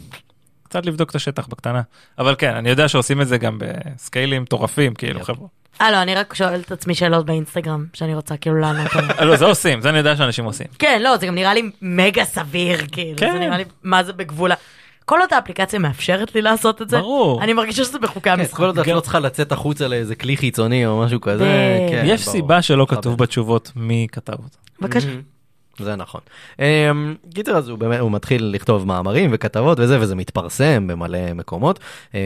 Speaker 2: קצת לבדוק את השטח בקטנה. אבל כן, אני יודע שעושים את זה גם בסקיילים מטורפים, כאילו, חבר'ה.
Speaker 3: אה, לא, אני רק שואלת את עצמי שאלות באינסטגרם, שאני רוצה כאילו לענות עליהן.
Speaker 2: אה, לא, זה עושים, זה אני יודע שאנשים עושים.
Speaker 3: כן, לא, זה גם נראה לי מגה סביר, כאילו,
Speaker 2: כן.
Speaker 3: זה נראה לי, מה זה בגבול ה... כל עוד האפליקציה מאפשרת לי לעשות את זה,
Speaker 2: ברור.
Speaker 3: אני מרגישה שזה בחוקי
Speaker 1: כן,
Speaker 3: המשחק.
Speaker 1: כל עוד את לא צריכה לצאת החוצה לאיזה כלי חיצוני או משהו כזה.
Speaker 3: בדיוק.
Speaker 1: כן,
Speaker 2: יש
Speaker 1: ברור.
Speaker 2: סיבה שלא
Speaker 1: חבר.
Speaker 2: כתוב בתשובות מי כתב אותה.
Speaker 3: בבקשה.
Speaker 1: זה נכון. אמ, קיצר, אז הוא באמת, הוא מתחיל לכתוב מאמרים וכתבות וזה, וזה מתפרסם במלא מקומות. אמ,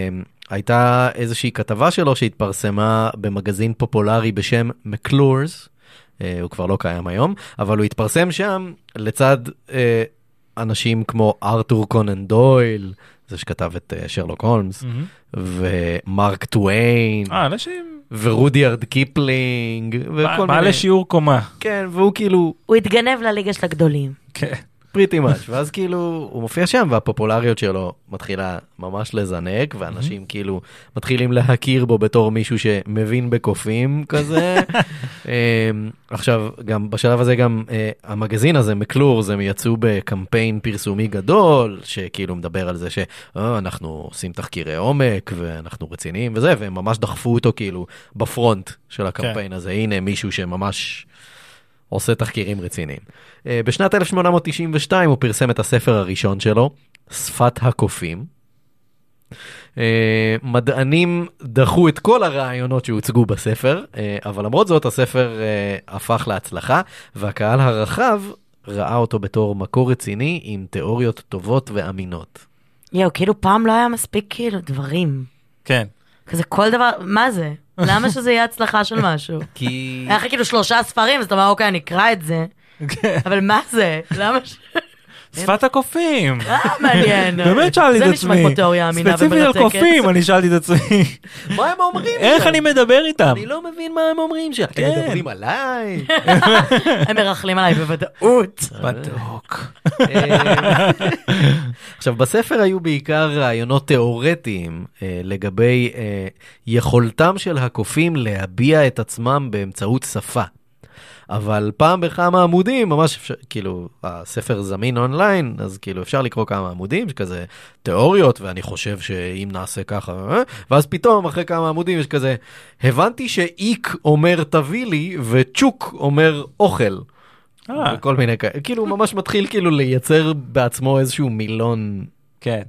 Speaker 1: הייתה איזושהי כתבה שלו שהתפרסמה במגזין פופולרי בשם מקלורס, אה, הוא כבר לא קיים היום, אבל הוא התפרסם שם לצד אה, אנשים כמו ארתור קונן דויל, זה שכתב את אה, שרלוק הולמס,
Speaker 2: Mm.
Speaker 1: ומרק טוויין,
Speaker 2: אה, אנשים...
Speaker 1: ורודיארד קיפלינג, וכל
Speaker 2: בא-
Speaker 1: מיני...
Speaker 2: בעלי שיעור קומה.
Speaker 1: כן, והוא כאילו...
Speaker 3: הוא התגנב לליגה של הגדולים.
Speaker 2: כן.
Speaker 1: פריטי מאץ', ואז כאילו הוא מופיע שם והפופולריות שלו מתחילה ממש לזנק ואנשים כאילו מתחילים להכיר בו בתור מישהו שמבין בקופים כזה. אמ, עכשיו גם בשלב הזה גם אה, המגזין הזה מקלורס הם יצאו בקמפיין פרסומי גדול שכאילו מדבר על זה שאנחנו עושים תחקירי עומק ואנחנו רציניים וזה והם ממש דחפו אותו כאילו בפרונט של הקמפיין הזה הנה מישהו שממש עושה תחקירים רציניים. אה, בשנת 1892 הוא פרסם את הספר הראשון שלו, שפת הקופים. אה, מדענים דחו את כל הרעיונות שהוצגו בספר, אה, אבל למרות זאת הספר אה, הפך להצלחה, והקהל הרחב ראה אותו בתור מקור רציני עם תיאוריות טובות ואמינות.
Speaker 3: יואו, כאילו פעם לא היה מספיק כאילו דברים.
Speaker 2: כן.
Speaker 3: כזה כל דבר, מה זה? למה שזה יהיה הצלחה של משהו?
Speaker 1: כי...
Speaker 3: היה לך כאילו שלושה ספרים, אז אתה אומר, אוקיי, אני אקרא את זה,
Speaker 2: כן.
Speaker 3: אבל מה זה? למה ש...
Speaker 2: שפת הקופים.
Speaker 3: אה, מעניין.
Speaker 2: באמת שאלתי את עצמי.
Speaker 3: זה נשמע כמו תיאוריה אמינה ומרתקת.
Speaker 2: ספציפית על קופים, אני שאלתי את עצמי.
Speaker 1: מה הם אומרים?
Speaker 2: איך
Speaker 1: שם?
Speaker 2: אני מדבר איתם?
Speaker 1: אני לא מבין מה הם אומרים שם. אתם
Speaker 2: כן.
Speaker 1: מדברים עליי.
Speaker 3: הם מרכלים עליי בוודאות.
Speaker 2: בדוק.
Speaker 1: אה, עכשיו, בספר היו בעיקר רעיונות תיאורטיים אה, לגבי אה, יכולתם של הקופים להביע את עצמם באמצעות שפה. אבל פעם בכמה עמודים, ממש אפשר, כאילו, הספר זמין אונליין, אז כאילו אפשר לקרוא כמה עמודים, שכזה תיאוריות, ואני חושב שאם נעשה ככה, אה? ואז פתאום אחרי כמה עמודים יש כזה, הבנתי שאיק אומר תביא לי, וצ'וק אומר אוכל.
Speaker 2: אה,
Speaker 1: וכל מיני כאלה, כאילו הוא ממש מתחיל כאילו לייצר בעצמו איזשהו מילון
Speaker 2: כן.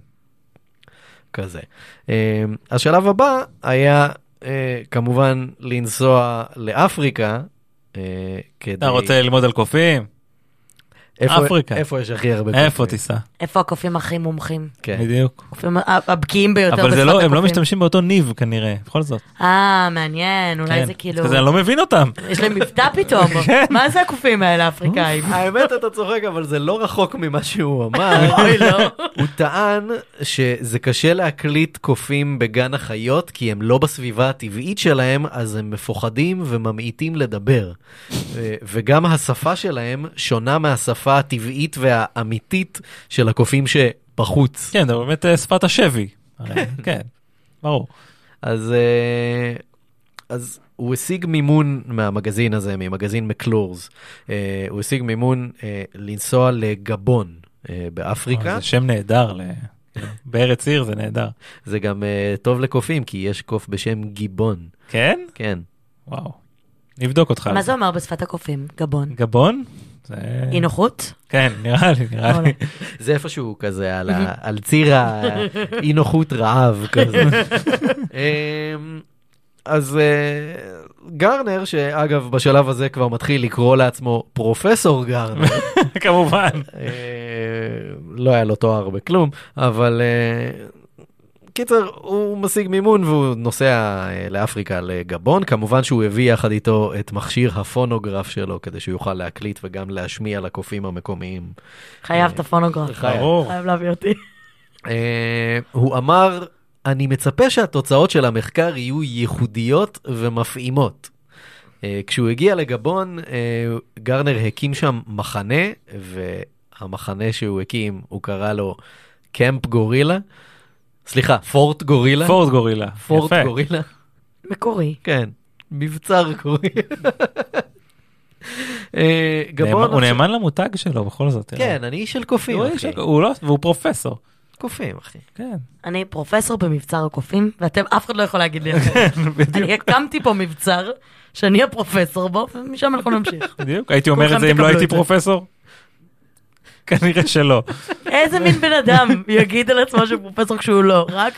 Speaker 1: כזה. אה, השלב הבא היה אה, כמובן לנסוע לאפריקה. אה, כדי...
Speaker 2: אתה רוצה ללמוד על קופים?
Speaker 1: איפה-
Speaker 2: אפריקה.
Speaker 1: איפה יש הכי הרבה
Speaker 2: איפה
Speaker 1: קופים?
Speaker 2: תיסע?
Speaker 3: איפה הקופים הכי מומחים?
Speaker 1: כן.
Speaker 2: בדיוק.
Speaker 3: הקופים ה- הבקיאים ביותר
Speaker 2: אבל זה
Speaker 3: בשפת
Speaker 2: לא, הם לא
Speaker 3: הקופים.
Speaker 2: משתמשים באותו ניב כנראה, בכל זאת.
Speaker 3: אה, מעניין, אולי
Speaker 2: כן.
Speaker 3: זה כאילו...
Speaker 2: כזה, כן. אני לא מבין אותם.
Speaker 3: יש להם מבטא פתאום. מה זה הקופים האלה האפריקאים?
Speaker 1: האמת אתה צוחק אבל זה לא רחוק ממה שהוא אמר.
Speaker 3: אוי, לא.
Speaker 1: הוא טען שזה קשה להקליט קופים בגן החיות כי הם לא בסביבה הטבעית שלהם אז הם מפוחדים וממעיטים לדבר. אה, וגם השפה שלהם שונה מהשפה הטבעית והאמיתית של הקופים שבחוץ.
Speaker 2: כן, זה באמת אה, שפת השבי. הרי, כן, ברור.
Speaker 1: אז, אה, אז הוא השיג מימון מהמגזין הזה, ממגזין מקלורס. אה, הוא השיג מימון אה, לנסוע לגבון אה, באפריקה.
Speaker 2: זה שם נהדר. ל- בארץ עיר זה נהדר.
Speaker 1: זה גם אה, טוב לקופים, כי יש קוף בשם גיבון.
Speaker 2: כן?
Speaker 1: כן.
Speaker 2: וואו. נבדוק אותך. על
Speaker 3: מה זה אומר בשפת הקופים? גבון.
Speaker 2: גבון? זה-
Speaker 3: אי נוחות?
Speaker 2: כן, נראה לי,
Speaker 3: לא,
Speaker 2: נראה לי.
Speaker 1: זה איפשהו כזה על, ה... על ציר האי נוחות רעב כזה. אמ, אז אה, גרנר, שאגב בשלב הזה כבר מתחיל לקרוא לעצמו פרופסור גרנר,
Speaker 2: כמובן.
Speaker 1: אה, לא היה לו תואר בכלום, אבל אה, קיצר, הוא משיג מימון והוא נוסע אה, לאפריקה לגבון. כמובן שהוא הביא יחד איתו את מכשיר הפונוגרף שלו, כדי שהוא יוכל להקליט וגם להשמיע לקופים המקומיים.
Speaker 3: חייב את הפונוגרף.
Speaker 1: חייב.
Speaker 2: ברור.
Speaker 3: חייב להביא אותי.
Speaker 1: אה, הוא אמר, אני מצפה שהתוצאות של המחקר יהיו ייחודיות ומפעימות. אה, כשהוא הגיע לגבון, אה, גרנר הקים שם מחנה, והמחנה שהוא הקים, הוא קרא לו קמפ גורילה. סליחה, פורט גורילה.
Speaker 2: פורט גורילה.
Speaker 1: פורט
Speaker 2: יפה.
Speaker 1: גורילה.
Speaker 3: מקורי.
Speaker 1: כן, מבצר גורילה. אה,
Speaker 2: נאמן-
Speaker 1: גבון...
Speaker 2: הוא נאמן למותג שלו בכל זאת. תראה.
Speaker 1: כן, אני איש של קופים.
Speaker 2: הוא
Speaker 1: אחי.
Speaker 2: איש- הוא לא, והוא פרופסור.
Speaker 1: קופים, אחי.
Speaker 2: כן,
Speaker 3: אני פרופסור במבצר הקופים, ואתם, אף אחד לא יכול להגיד לי אחרת. אני
Speaker 2: בדיוק,
Speaker 3: הקמתי פה מבצר, שאני הפרופסור בו, ומשם אנחנו נמשיך.
Speaker 2: בדיוק. הייתי אומר את
Speaker 3: כולכם
Speaker 2: זה אם לא
Speaker 3: תקבלו
Speaker 2: הייתי
Speaker 3: את זה.
Speaker 2: פרופסור? כנראה שלא.
Speaker 3: איזה מין בן אדם יגיד על עצמו שהוא פרופסור כשהוא לא, רק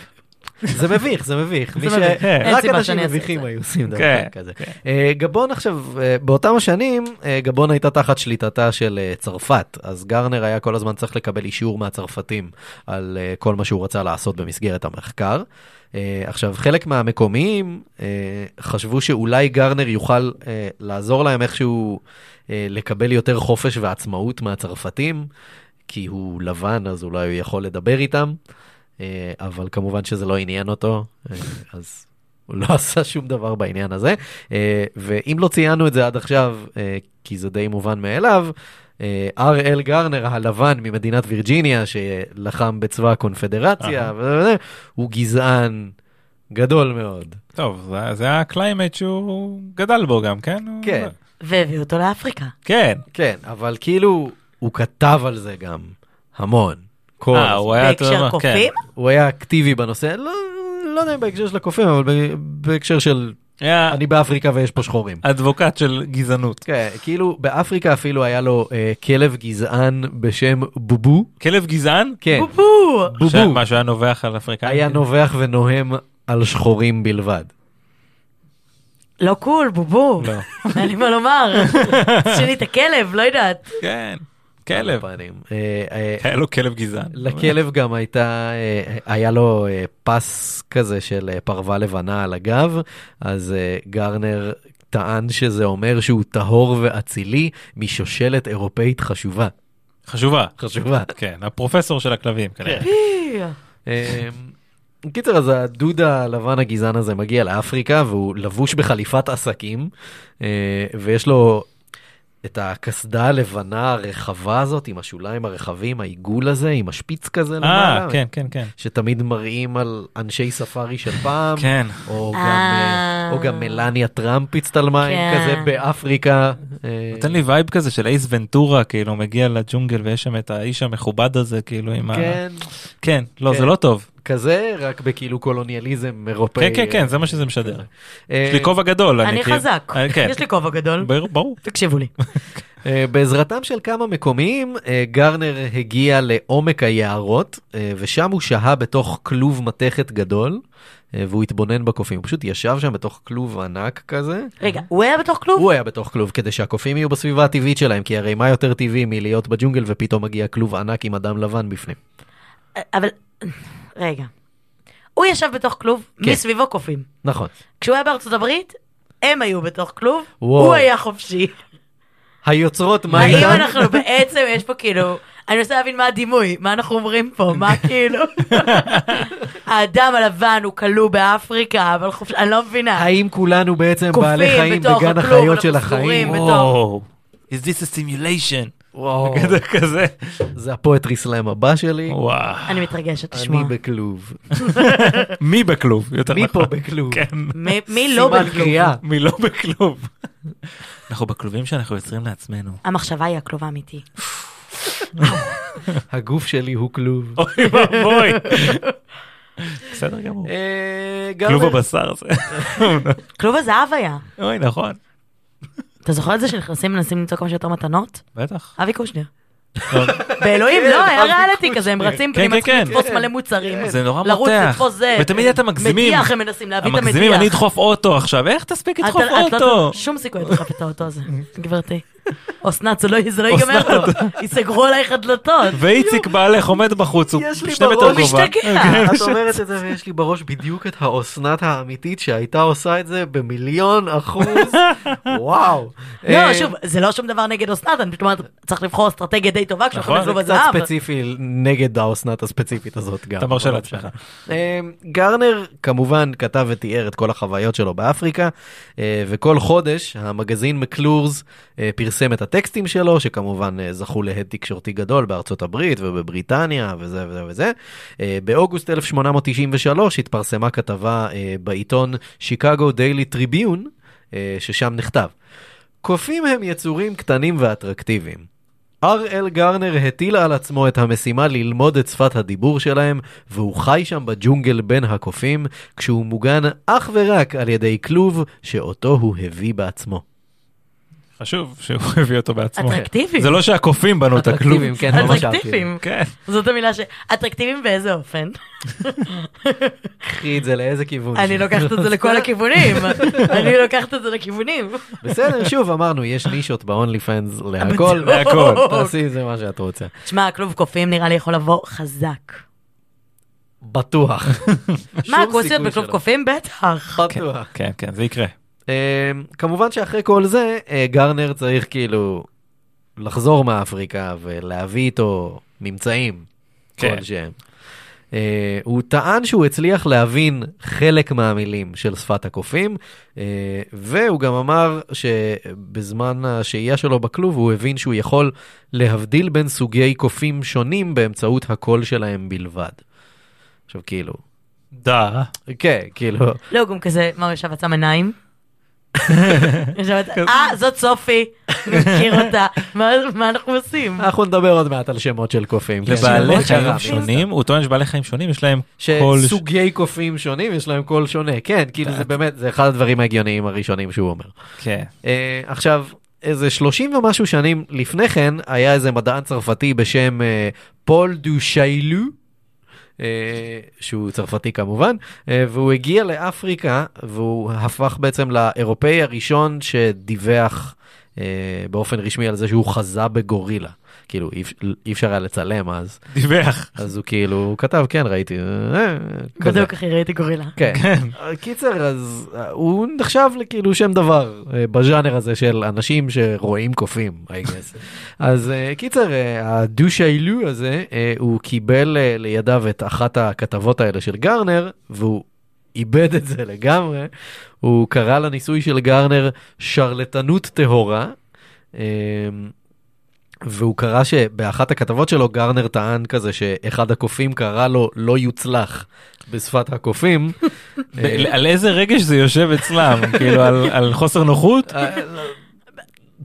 Speaker 1: זה מביך, זה מביך. מי ש-
Speaker 3: מביך.
Speaker 2: כן.
Speaker 3: אין
Speaker 1: רק
Speaker 3: סיבה
Speaker 1: אנשים
Speaker 3: שאני אעשה את
Speaker 1: מביכים
Speaker 3: זה.
Speaker 1: היו עושים דבר
Speaker 2: כן,
Speaker 1: כזה.
Speaker 2: כן.
Speaker 1: אה, גבון עכשיו, אה, באותם השנים, אה, גבון הייתה תחת שליטתה של אה, צרפת, אז גרנר היה כל הזמן צריך לקבל אישור מהצרפתים על אה, כל מה שהוא רצה לעשות במסגרת המחקר. אה, עכשיו, חלק מהמקומיים אה, חשבו שאולי גרנר יוכל אה, לעזור להם איכשהו אה, לקבל יותר חופש ועצמאות מהצרפתים, כי הוא לבן, אז אולי הוא יכול לדבר איתם, אה, אבל כמובן שזה לא עניין אותו, אה, אז הוא לא עשה שום דבר בעניין הזה. אה, ואם לא ציינו את זה עד עכשיו, אה, כי זה די מובן מאליו, אה, אר.אל גרנר הלבן ממדינת וירג'יניה, שלחם בצבא הקונפדרציה, וזה, הוא גזען גדול מאוד.
Speaker 2: טוב, זה- זה הקליימט שהוא גדל בו גם, כן? הוא-
Speaker 1: כן.
Speaker 3: והביאו אותו לאפריקה.
Speaker 2: כן.
Speaker 1: כן, אבל כאילו, הוא כתב על זה גם המון. כל
Speaker 2: אה,
Speaker 1: הזמן.
Speaker 2: הוא היה... אתה יודע
Speaker 3: בהקשר
Speaker 2: מה,
Speaker 3: קופים?
Speaker 1: הוא היה אקטיבי בנושא, לא, לא יודע אם בהקשר של הקופים, אבל ב- בהקשר של
Speaker 2: כן. היה
Speaker 1: אני באפריקה ויש פה שחורים.
Speaker 2: אדבוקט של גזענות.
Speaker 1: כן, כאילו באפריקה אפילו היה לו אה, כלב גזען בשם בובו.
Speaker 2: כלב גזען?
Speaker 1: כן,
Speaker 3: בובו!
Speaker 1: בובו
Speaker 2: מה שהיה נובח על אפריקאים?
Speaker 1: היה נובח ונוהם על שחורים בלבד.
Speaker 3: לא קול, בובו.
Speaker 2: לא.
Speaker 3: אין לי מה לומר. תשאירי את הכלב, לא יודעת.
Speaker 2: כן, כלב.
Speaker 1: בפנים. אה, אה,
Speaker 2: היה לו כלב גזען.
Speaker 1: לכלב גם הייתה, אה, היה לו אה, פס כזה של אה, פרווה לבנה על הגב, אז אה, גרנר טען שזה אומר שהוא טהור ואצילי משושלת אירופאית חשובה.
Speaker 2: חשובה.
Speaker 1: חשובה. כן.
Speaker 2: כן, הפרופסור של הכלבים כנראה.
Speaker 3: פי.
Speaker 1: אה, בקיצר, אז הדוד הלבן הגזען הזה מגיע לאפריקה והוא לבוש בחליפת עסקים, אה, ויש לו את הקסדה הלבנה הרחבה הזאת עם השוליים הרחבים, העיגול הזה, עם השפיץ כזה
Speaker 2: אה,
Speaker 1: למעלה,
Speaker 2: כן, כן, כן.
Speaker 1: שתמיד מראים על אנשי ספארי של פעם,
Speaker 2: כן.
Speaker 1: או, גם,
Speaker 3: אה.
Speaker 1: אה, או גם מלניה טראמפ הצטלמה עם
Speaker 3: כן.
Speaker 1: כזה באפריקה. אה,
Speaker 2: נותן לי וייב כזה של אייס ונטורה, כאילו, מגיע לג'ונגל ויש שם את האיש המכובד הזה, כאילו, עם ה...
Speaker 1: כן,
Speaker 2: כן, לא, זה
Speaker 1: כן.
Speaker 2: לא טוב.
Speaker 1: כזה, רק בכאילו קולוניאליזם אירופאי. אה,
Speaker 2: כן, כן, כן, זה מה שזה משדר. יש לי כובע גדול, אני
Speaker 3: אני
Speaker 2: כאילו...
Speaker 3: חזק.
Speaker 2: אה, כן.
Speaker 3: יש לי כובע גדול.
Speaker 2: ברור, ברור.
Speaker 3: תקשיבו לי.
Speaker 1: אה, בעזרתם של כמה מקומיים, אה, גרנר הגיע לעומק היערות, אה, ושם הוא שהה בתוך כלוב מתכת גדול, אה, והוא התבונן בקופים. הוא פשוט ישב שם בתוך כלוב ענק כזה.
Speaker 3: רגע, הוא היה בתוך כלוב?
Speaker 1: הוא היה בתוך כלוב כדי שהקופים יהיו בסביבה הטבעית שלהם, כי הרי מה יותר טבעי מלהיות בג'ונגל ופתאום מגיע כלוב ענק עם אדם לבן בפנים.
Speaker 3: אה, אבל... רגע. הוא ישב בתוך כלוב,
Speaker 1: כן.
Speaker 3: מסביבו קופים.
Speaker 1: נכון.
Speaker 3: כשהוא היה בארצות הברית, הם היו בתוך כלוב,
Speaker 1: וואו.
Speaker 3: הוא היה חופשי.
Speaker 1: היוצרות מה
Speaker 3: האם
Speaker 1: איתן?
Speaker 3: אנחנו בעצם, יש פה כאילו, אני מנסה להבין מה הדימוי, מה אנחנו אומרים פה, מה כאילו... האדם הלבן הוא כלוא באפריקה, אבל חופשי, אני לא מבינה.
Speaker 1: האם כולנו בעצם
Speaker 3: קופים
Speaker 1: בעלי חיים
Speaker 3: בתוך
Speaker 1: בגן
Speaker 3: הכלוב,
Speaker 1: החיות
Speaker 3: אנחנו
Speaker 1: של החיים?
Speaker 3: סגורים. בתור-
Speaker 2: Is this a simulation?
Speaker 1: וואו,
Speaker 2: כזה, כזה.
Speaker 1: זה הפואטרי סלאם הבא שלי.
Speaker 2: וואו.
Speaker 3: אני מתרגשת לשמוע.
Speaker 1: אני בכלוב.
Speaker 2: מי בכלוב? יותר
Speaker 1: מי פה
Speaker 2: נכון.
Speaker 1: בכלוב?
Speaker 2: כן.
Speaker 3: מי- מי לא
Speaker 1: סימן
Speaker 3: בכלוב?
Speaker 1: קריאה.
Speaker 2: מי לא בכלוב? אנחנו בכלובים שאנחנו יוצרים לעצמנו.
Speaker 3: המחשבה היא הכלוב האמיתי.
Speaker 1: הגוף שלי הוא כלוב.
Speaker 2: אוי ואבוי. בסדר גמור.
Speaker 1: אה,
Speaker 2: כלוב
Speaker 1: גרנר-
Speaker 2: הבשר זה.
Speaker 3: כלוב הזהב היה.
Speaker 2: אוי, נכון.
Speaker 3: אתה זוכר את זה שנכנסים מנסים למצוא כמה שיותר מתנות?
Speaker 2: בטח.
Speaker 3: אבי קושניר.
Speaker 2: לא,
Speaker 3: באלוהים,
Speaker 1: כן,
Speaker 3: לא, היה
Speaker 1: אבי
Speaker 3: ריאליטי
Speaker 1: קושניר.
Speaker 3: כזה, הם רצים
Speaker 2: כן,
Speaker 3: פנימה,
Speaker 2: כן,
Speaker 3: צריכים
Speaker 2: כן.
Speaker 3: לתפוס
Speaker 1: כן.
Speaker 3: מלא מוצרים.
Speaker 2: זה נורא מותח.
Speaker 3: לרוץ לתפוס זה.
Speaker 2: ותמיד אתם מגזימים.
Speaker 3: מדיח הם מנסים להביא את המדיח.
Speaker 2: המגזימים, אני אדחוף אוטו עכשיו. איך תספיק
Speaker 3: את-
Speaker 2: לדחוף
Speaker 3: את לא-
Speaker 2: אוטו?
Speaker 3: שום סיכוי לדחוף את האוטו הזה, גברתי. אסנת, זה לא זה לא ייגמר לו. ייסגרו עלייך הדלתות.
Speaker 2: ואיציק בעלך עומד בחוץ, הוא
Speaker 1: יש לי
Speaker 2: שני
Speaker 1: בראש-
Speaker 2: מטר
Speaker 3: הוא
Speaker 2: גובה.
Speaker 3: משתגע.
Speaker 1: אה,
Speaker 2: כן.
Speaker 1: את אומרת את זה ויש לי בראש בדיוק את האסנת האמיתית שהייתה עושה את זה במיליון אחוז. וואו.
Speaker 3: לא,
Speaker 1: אה,
Speaker 3: שוב, זה לא שום דבר נגד אסנת, אני פשוט אומרת, צריך לבחור אסטרטגיה די טובה כשאנחנו
Speaker 2: נכון,
Speaker 1: זה
Speaker 3: נכנסו
Speaker 1: קצת
Speaker 3: בזהב.
Speaker 1: ספציפי נגד האסנת הספציפית הזאת גם.
Speaker 2: אתה מרשה
Speaker 1: אבל לא
Speaker 2: לעצמך.
Speaker 1: משנה. אה, גרנר כמובן כתב ותיאר את כל החוויות שלו באפריקה, אה, וכל חודש המגזין מקלורס אה, פרסם את הטקסטים שלו, שכמובן אה, זכו להד תקשורתי גדול בארצות הברית ובבריטניה וזה וזה וזה. אה, באוגוסט 1893 התפרסמה כתבה אה, בעיתון שיקגו דיילי טריביון, אה, ששם נכתב. קופים הם יצורים קטנים ואטרקטיביים. אראל גרנר הטיל על עצמו את המשימה ללמוד את שפת הדיבור שלהם, והוא חי שם בג'ונגל בין הקופים, כשהוא מוגן אך ורק על ידי כלוב שאותו הוא הביא בעצמו.
Speaker 2: חשוב שהוא הביא אותו בעצמו.
Speaker 3: אטרקטיביים.
Speaker 2: זה לא שהקופים בנו את הכלוב.
Speaker 1: אטרקטיביים, כן, ממש אהבתי.
Speaker 3: אטרקטיביים.
Speaker 2: כן.
Speaker 3: זאת המילה ש... אטרקטיביים באיזה אופן?
Speaker 1: קחי את זה לאיזה כיוון.
Speaker 3: אני לוקחת את זה לכל הכיוונים. אני לוקחת את זה לכיוונים.
Speaker 1: בסדר, שוב אמרנו, יש נישות ב-only fans להכל,
Speaker 2: להכל.
Speaker 1: תעשי עם זה מה שאת רוצה.
Speaker 3: שמע, כלוב קופים נראה לי יכול לבוא חזק.
Speaker 1: בטוח.
Speaker 3: מה,
Speaker 1: שום
Speaker 3: כוסיות
Speaker 1: סיכוי
Speaker 3: בכלוב
Speaker 1: שלא.
Speaker 3: קופים? בטח.
Speaker 1: בטוח.
Speaker 2: כן, כן, זה יקרה.
Speaker 1: אה, כמובן שאחרי כל זה, אה, גרנר צריך כאילו לחזור מאפריקה ולהביא איתו ממצאים
Speaker 2: כן.
Speaker 1: כלשהם. אה, הוא טען שהוא הצליח להבין חלק מהמילים של שפת הקופים, אה, והוא גם אמר שבזמן השהייה שלו בכלוב הוא הבין שהוא יכול להבדיל בין סוגי קופים שונים באמצעות הקול שלהם בלבד. עכשיו כאילו,
Speaker 2: דה.
Speaker 1: כן, כאילו,
Speaker 3: לא, הוא גם כזה, מה, הוא ישב עצם עיניים? ישב עצם- אה, זאת סופי, אני מכיר אותה. מה- מה אנחנו עושים?
Speaker 1: אנחנו נדבר עוד מעט על שמות של קופים. כן.
Speaker 2: לבעלי
Speaker 1: שמות של
Speaker 2: חיים
Speaker 1: רבים.
Speaker 2: שונים, הוא טוען שבעלי חיים שונים, יש להם כל...
Speaker 1: שסוגי קופים שונים יש להם קול שונה, כן, כאילו זה באמת, זה אחד הדברים ההגיוניים הראשונים שהוא אומר.
Speaker 2: כן.
Speaker 1: אה, עכשיו, איזה 30 ומשהו שנים לפני כן, היה איזה מדען צרפתי בשם אה, פול דו שיילו, אה, שהוא צרפתי כמובן, אה, והוא הגיע לאפריקה, והוא הפך בעצם לאירופאי הראשון שדיווח אה, באופן רשמי על זה שהוא חזה בגורילה. כאילו, אי אפ- אי אפשר היה לצלם אז.
Speaker 2: דיווח.
Speaker 1: אז הוא כאילו, הוא כתב, כן, ראיתי, אה, אה, כזה.
Speaker 3: בדיוק, אחי, ראיתי גורילה.
Speaker 1: כן. קיצר, אז אה, הוא נחשב לכאילו שם דבר אה, בז'אנר הזה של אנשים שרואים קופים, I guess. אז אה, קיצר, אה, הדו-שיילו הזה, אה, הוא קיבל אה, לידיו את אחת הכתבות האלה של גרנר, והוא איבד את זה לגמרי. הוא קרא לניסוי של גרנר שרלטנות טהורה. אה, והוא קרא שבאחת הכתבות שלו גרנר טען כזה שאחד הקופים קרא לו לא יוצלח בשפת הקופים. אה,
Speaker 2: ב- על איזה רגש זה יושב אצלם? כאילו, על- על חוסר נוחות?
Speaker 1: אה,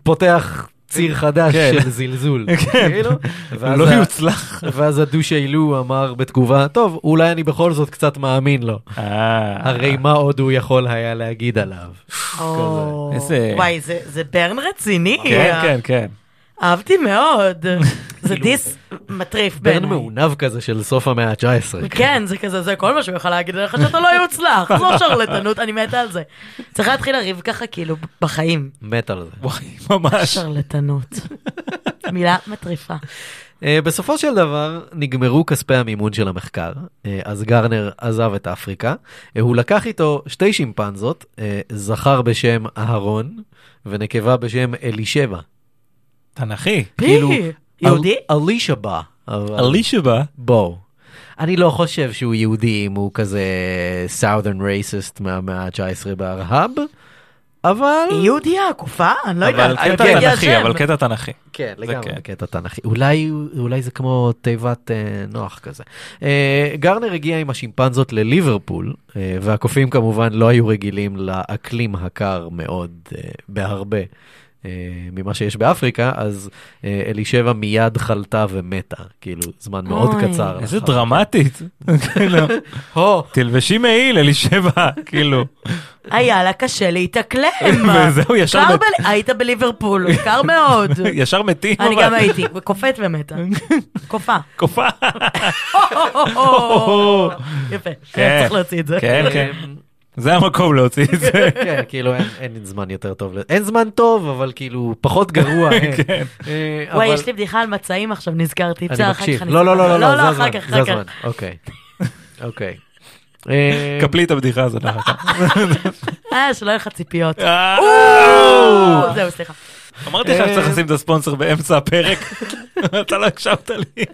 Speaker 1: פותח ציר חדש
Speaker 2: כן.
Speaker 1: של זלזול.
Speaker 2: כן.
Speaker 1: כאילו, ואז
Speaker 2: לא
Speaker 1: ה-
Speaker 2: יוצלח.
Speaker 1: ואז הדו-שיילו אמר בתגובה, טוב, אולי אני בכל זאת קצת מאמין לו.
Speaker 2: אה.
Speaker 1: הרי מה עוד הוא יכול היה להגיד עליו?
Speaker 3: או,
Speaker 2: איזה-
Speaker 3: וואי, זה- זה ברן רציני.
Speaker 2: כן, כן, כן.
Speaker 3: אהבתי מאוד.
Speaker 1: כאילו-
Speaker 3: זה דיס מטריף
Speaker 1: בן
Speaker 3: בעיניי.
Speaker 1: מעונב כזה של סוף המאה ה-19.
Speaker 3: כן, זה כזה, זה כל מה שהוא יכול להגיד לך, שאתה לא יוצלח, זו שרלטנות, אני מתה על זה. צריך להתחיל לריב ככה, כאילו, בחיים.
Speaker 1: מת על זה.
Speaker 2: וואי, ממש.
Speaker 3: שרלטנות. מילה מטריפה.
Speaker 1: אה, בסופו של דבר נגמרו כספי המימון של המחקר, אה, אז גרנר עזב את אפריקה. אה, הוא לקח איתו שתי שימפנזות, אה, זכר בשם אהרון ונקבה בשם אלישבע.
Speaker 2: תנכי.
Speaker 1: כאילו,
Speaker 3: פי, יהודי?
Speaker 1: אל- אלישבע. אבל-
Speaker 2: אלישע בא.
Speaker 1: בואו. אני לא חושב שהוא יהודי אם הוא כזה southern racist מהמאה ה-19 בארהב, אבל...
Speaker 3: היא יהודייה, הקופה? אני לא יודעת.
Speaker 2: אבל
Speaker 3: אני
Speaker 2: קטע
Speaker 3: לא יודעת
Speaker 2: תנכי,
Speaker 3: שם.
Speaker 2: אבל קטע תנכי.
Speaker 1: כן,
Speaker 2: זה
Speaker 1: לגמרי
Speaker 2: כן.
Speaker 1: בקטע תנכי. אולי, אולי זה כמו תיבת אה, נוח כזה. אה, גרנר הגיע עם השימפנזות לליברפול, אה, והקופים כמובן לא היו רגילים לאקלים הקר מאוד אה, בהרבה אה, ממה שיש באפריקה, אז אה, אלישבע מיד חלתה ומתה, כאילו, זמן מאוד
Speaker 3: אוי.
Speaker 1: קצר.
Speaker 2: איזה
Speaker 1: לאחר.
Speaker 2: דרמטית. כאילו, תלבשי מעיל, אלישבע, כאילו.
Speaker 3: היה לה קשה להתאקלם.
Speaker 2: וזהו, ישר
Speaker 3: קר
Speaker 2: מת.
Speaker 3: ב- היית בליברפול, קר מאוד.
Speaker 2: ישר מתים.
Speaker 3: אני
Speaker 2: אבל.
Speaker 3: גם הייתי, קופאת ומתה. קופה.
Speaker 2: קופה.
Speaker 3: יפה,
Speaker 2: כן.
Speaker 3: צריך להוציא את זה.
Speaker 2: כן, כן. זה המקום להוציא את זה.
Speaker 1: כן, כאילו אין, אין זמן יותר טוב, לזה. אין זמן טוב, אבל כאילו פחות גרוע. אין.
Speaker 2: כן.
Speaker 1: אה,
Speaker 3: וואי,
Speaker 1: אבל-
Speaker 3: יש לי בדיחה על מצעים עכשיו, נזכרתי.
Speaker 1: אני
Speaker 3: בסדר, אחר
Speaker 1: מקשיב.
Speaker 3: כך
Speaker 1: לא, לא, לא, לא,
Speaker 3: לא,
Speaker 1: לא, זה הזמן,
Speaker 3: אחר כך,
Speaker 1: זה
Speaker 3: אחר כך.
Speaker 1: הזמן, אוקיי. אוקיי. אה,
Speaker 2: קפלי את הבדיחה הזאת אחר כך.
Speaker 3: אה, שלא יהיה לך ציפיות.
Speaker 2: אה,
Speaker 1: אה,
Speaker 3: או, אה. זהו, סליחה.
Speaker 2: אמרתי לך שצריך לשים את הספונסר באמצע הפרק. אתה לא הקשבת לי.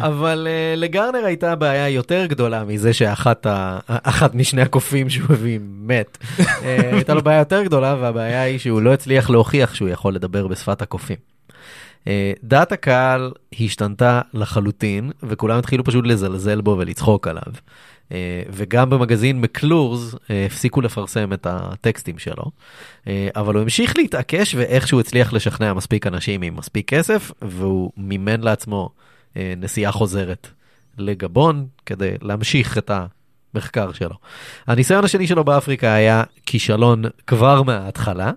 Speaker 1: אבל אה, לגרנר הייתה בעיה יותר גדולה מזה שאחת ה- אחת משני הקופים שהוא הביא מת. אה, הייתה לו בעיה יותר גדולה, והבעיה היא שהוא לא הצליח להוכיח שהוא יכול לדבר בשפת הקופים. אה, דעת הקהל השתנתה לחלוטין, וכולם התחילו פשוט לזלזל בו ולצחוק עליו. אה, וגם במגזין מקלורס אה, הפסיקו לפרסם את הטקסטים שלו, אה, אבל הוא המשיך להתעקש ואיכשהו הצליח לשכנע מספיק אנשים עם מספיק כסף, והוא מימן לעצמו אה, נסיעה חוזרת לגבון כדי להמשיך את המחקר שלו. הניסיון השני שלו באפריקה היה כישלון כבר מההתחלה.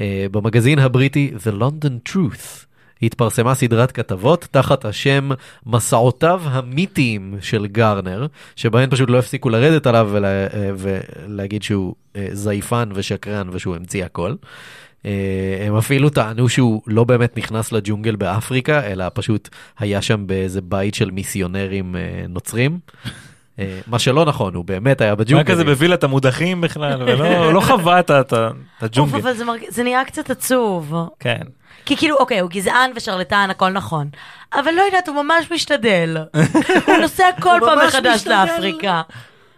Speaker 1: אה, במגזין הבריטי The London Truth התפרסמה סדרת כתבות תחת השם מסעותיו המיתיים של גארנר, שבהן פשוט לא הפסיקו לרדת עליו ולה, אה, ולהגיד שהוא אה, זייפן ושקרן ושהוא המציא הכל. אה, הם אפילו טענו שהוא לא באמת נכנס לג'ונגל באפריקה, אלא פשוט היה שם באיזה בית של מיסיונרים אה, נוצרים. אה, מה שלא נכון, הוא באמת היה
Speaker 2: הוא היה
Speaker 1: בג'ונגל.
Speaker 2: כזה בווילת המודחים בכלל, ולא לא חווה את ה- את ה- את
Speaker 3: אוף,
Speaker 2: הג'ונגל.
Speaker 3: אבל זה מרג- זה נהיה קצת עצוב.
Speaker 2: כן.
Speaker 3: כי כאילו, אוקיי, הוא גזען ושרלטן, הכל נכון. אבל לא יודעת, הוא ממש משתדל. הוא נוסע כל
Speaker 1: הוא
Speaker 3: פעם
Speaker 1: ממש
Speaker 3: מחדש
Speaker 1: משתדל.
Speaker 3: לאפריקה.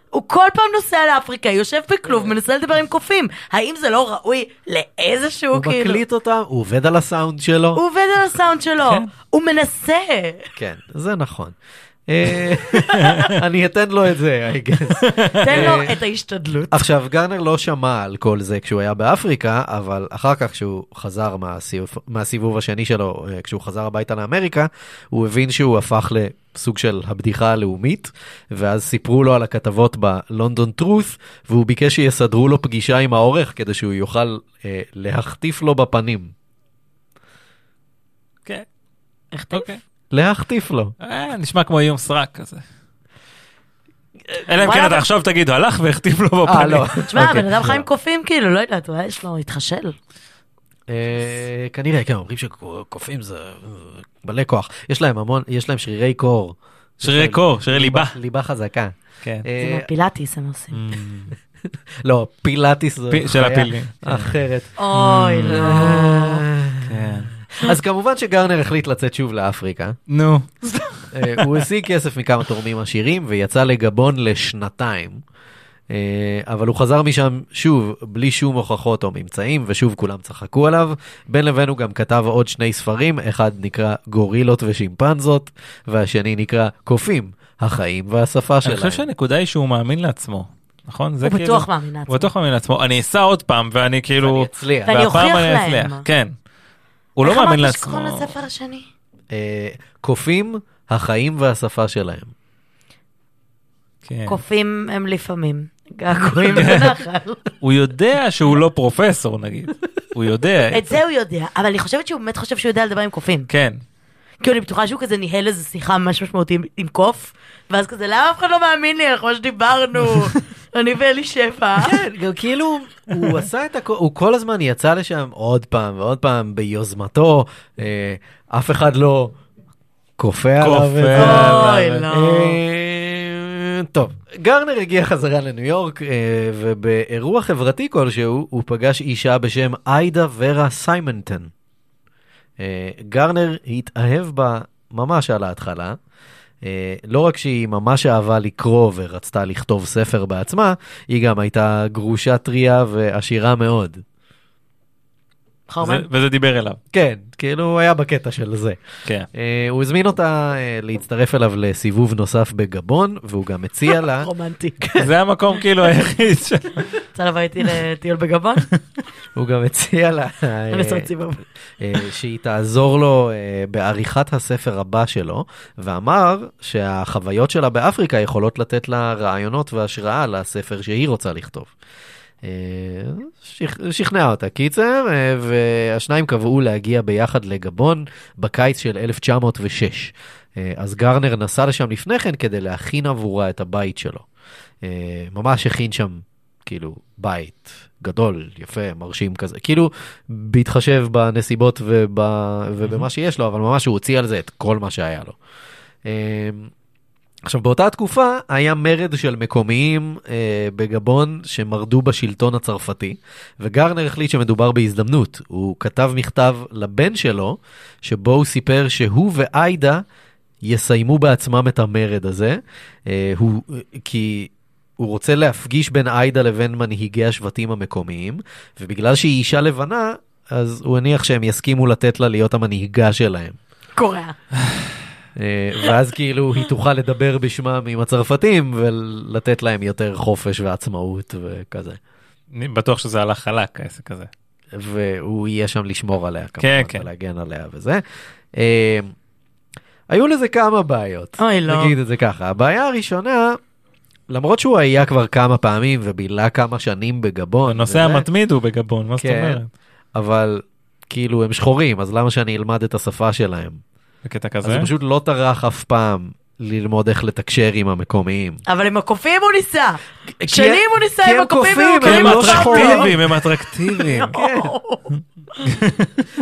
Speaker 3: הוא כל פעם נוסע לאפריקה, יושב
Speaker 1: אה.
Speaker 3: בכלוב, מנסה לדבר עם קופים. האם זה לא ראוי לאיזשהו,
Speaker 1: הוא
Speaker 3: כאילו...
Speaker 1: מקליט אותה, הוא עובד על הסאונד שלו.
Speaker 3: הוא עובד על הסאונד שלו,
Speaker 2: כן.
Speaker 3: הוא מנסה.
Speaker 1: כן, זה נכון. אה, אני אתן לו את זה, I guess.
Speaker 3: תן
Speaker 1: אה.
Speaker 3: לו את ההשתדלות.
Speaker 1: עכשיו, גאנר לא שמע על כל זה כשהוא היה באפריקה, אבל אחר כך כשהוא חזר מהסיבוב, מהסיבוב השני שלו, אה, כשהוא חזר הביתה לאמריקה, הוא הבין שהוא הפך לסוג של הבדיחה הלאומית, ואז סיפרו לו על הכתבות בלונדון טרוס, והוא ביקש שיסדרו לו פגישה עם העורך כדי שהוא יוכל אה, להחטיף לו בפנים.
Speaker 2: כן,
Speaker 3: איך אתה-
Speaker 2: אוקיי.
Speaker 1: להחטיף לו.
Speaker 2: אה, נשמע כמו איום סרק כזה. אלא אם כן
Speaker 3: וואלה,
Speaker 2: אתה עכשיו תגיד, הוא הלך והכתיב לו
Speaker 1: אה,
Speaker 2: בפנים.
Speaker 1: לא.
Speaker 3: תשמע,
Speaker 1: אוקיי.
Speaker 3: הבן אדם חי עם קופים, כאילו, לא יודעת, אולי יש לו, התחשל.
Speaker 1: אה, כנראה, כן, אומרים שקופים זה אה, מלא כוח. יש להם המון, יש להם שרירי קור.
Speaker 2: שרירי קור, שרירי ליבה.
Speaker 1: ליבה חזקה.
Speaker 2: כן.
Speaker 1: אה,
Speaker 3: זה כמו פילאטיס הם עושים.
Speaker 1: לא, פילאטיס זו
Speaker 2: פי- של
Speaker 1: חיה
Speaker 2: הפילים, כן.
Speaker 1: אחרת.
Speaker 3: אוי,
Speaker 2: אה,
Speaker 3: לא.
Speaker 2: כן.
Speaker 1: אז כמובן שגרנר החליט לצאת שוב לאפריקה.
Speaker 2: נו.
Speaker 1: אה, הוא השיג כסף מכמה תורמים עשירים ויצא לגבון לשנתיים. אה, אבל הוא חזר משם שוב בלי שום הוכחות או ממצאים ושוב כולם צחקו עליו. בין לבין הוא גם כתב עוד שני ספרים, אחד נקרא גורילות ושימפנזות והשני נקרא קופים, החיים והשפה
Speaker 2: אני
Speaker 1: שלהם.
Speaker 2: חושב שהנקודה היא שהוא מאמין לעצמו, נכון? זה
Speaker 3: הוא
Speaker 2: כאילו-
Speaker 3: בטוח מאמין לעצמו.
Speaker 2: הוא בטוח מאמין לעצמו. אני אסע עוד פעם, ואני
Speaker 1: אני
Speaker 2: כאילו...
Speaker 1: אצליח.
Speaker 3: ואני
Speaker 2: והפעם
Speaker 3: אוכיח
Speaker 2: אני
Speaker 3: להם.
Speaker 2: אצליח, כן. הוא לא מאמין
Speaker 3: איך אמרת
Speaker 2: לעצמו.
Speaker 3: שקוראים לספר השני?
Speaker 1: אה, קופים, החיים והשפה שלהם.
Speaker 2: כן.
Speaker 3: קופים הם לפעמים. געגועים בנחל.
Speaker 2: הוא יודע שהוא לא פרופסור נגיד. הוא יודע.
Speaker 3: את זה הוא יודע, אבל אני חושבת שהוא באמת חושב שהוא יודע לדבר עם קופים.
Speaker 2: כן.
Speaker 3: כי אני בטוחה שהוא כזה ניהל איזו שיחה ממש משמעותית עם- עם קוף, ואז כזה, למה אף אחד לא מאמין לי, אנחנו ממש דיברנו, אני ואלי שפע.
Speaker 1: כן, גם כאילו, הוא עשה את הכל, הוא כל הזמן יצא לשם עוד פעם ועוד פעם ביוזמתו, אה, אף אחד לא כופה עליו. את זה.
Speaker 2: כופה.
Speaker 3: אוי, לא.
Speaker 1: אה, טוב, גרנר הגיע חזרה לניו יורק, אה, ובאירוע חברתי כלשהו, הוא פגש אישה בשם איידה ורה סיימנטון. אה, גרנר התאהב בה ממש על ההתחלה. אה, לא רק שהיא ממש אהבה לקרוא ורצתה לכתוב ספר בעצמה, היא גם הייתה גרושה טריה ועשירה מאוד.
Speaker 3: חרמן.
Speaker 2: זה- וזה דיבר אליו.
Speaker 1: כן, כאילו הוא היה בקטע של זה.
Speaker 2: כן.
Speaker 1: אה, הוא הזמין אותה אה, להצטרף אליו לסיבוב נוסף בגבון, והוא גם הציע
Speaker 2: אה?
Speaker 1: לה...
Speaker 3: רומנטי.
Speaker 2: זה המקום כאילו היחיד ש...
Speaker 3: רוצה לבוא איתי לטיול בגבון?
Speaker 1: הוא גם הציע לה אה,
Speaker 3: אני עושה סיבוב.
Speaker 1: אה, שהיא תעזור לו אה, בעריכת הספר הבא שלו, ואמר שהחוויות שלה באפריקה יכולות לתת לה רעיונות והשראה לספר שהיא רוצה לכתוב. אה, שכ- שכנע אותה קיצר, אה, והשניים קבעו להגיע ביחד לגבון בקיץ של 1906. אה, אז גרנר נסע לשם לפני כן כדי להכין עבורה את הבית שלו. אה, ממש הכין שם כאילו בית גדול, יפה, מרשים כזה, כאילו בהתחשב בנסיבות וב... ובמה שיש לו, אבל ממש הוא הוציא על זה את כל מה שהיה לו. אה, עכשיו באותה תקופה היה מרד של מקומיים אה, בגבון שמרדו בשלטון הצרפתי וגרנר החליט שמדובר בהזדמנות. הוא כתב מכתב לבן שלו שבו הוא סיפר שהוא ועאידה יסיימו בעצמם את המרד הזה. אה, הוא, כי הוא רוצה להפגיש בין עאידה לבין מנהיגי השבטים המקומיים, ובגלל שהיא אישה לבנה, אז הוא הניח שהם יסכימו לתת לה להיות המנהיגה שלהם.
Speaker 3: קוריאה.
Speaker 1: אה, ואז כאילו היא תוכל לדבר בשמם עם הצרפתים ולתת להם יותר חופש ועצמאות וכזה.
Speaker 2: אני בטוח שזה הלך חלק העסק הזה.
Speaker 1: והוא יהיה שם לשמור עליה כמובן,
Speaker 2: כן, כן.
Speaker 1: ולהגן עליה וזה. אה, היו לזה כמה בעיות,
Speaker 3: אוי, לא.
Speaker 1: נגיד את זה ככה. הבעיה הראשונה, למרות שהוא היה כבר כמה פעמים ובילה כמה שנים בגבון,
Speaker 2: הנוסע
Speaker 1: וזה,
Speaker 2: המתמיד הוא בגבון, מה זאת
Speaker 1: כן.
Speaker 2: אומרת?
Speaker 1: אבל כאילו הם שחורים, אז למה שאני אלמד את השפה שלהם?
Speaker 2: בקטע
Speaker 1: אז
Speaker 2: כזה?
Speaker 1: הוא פשוט לא טרח אף פעם ללמוד איך לתקשר עם המקומיים.
Speaker 3: אבל עם הקופים הוא ניסה. שנים הוא ניסה
Speaker 1: כי
Speaker 3: עם
Speaker 1: הם
Speaker 3: הקופים
Speaker 1: קופים,
Speaker 3: והוא כאילו
Speaker 2: כי הם
Speaker 1: הם לא שחורים.
Speaker 2: אטרקטיביים, הם אטרקטיביים.
Speaker 1: כן.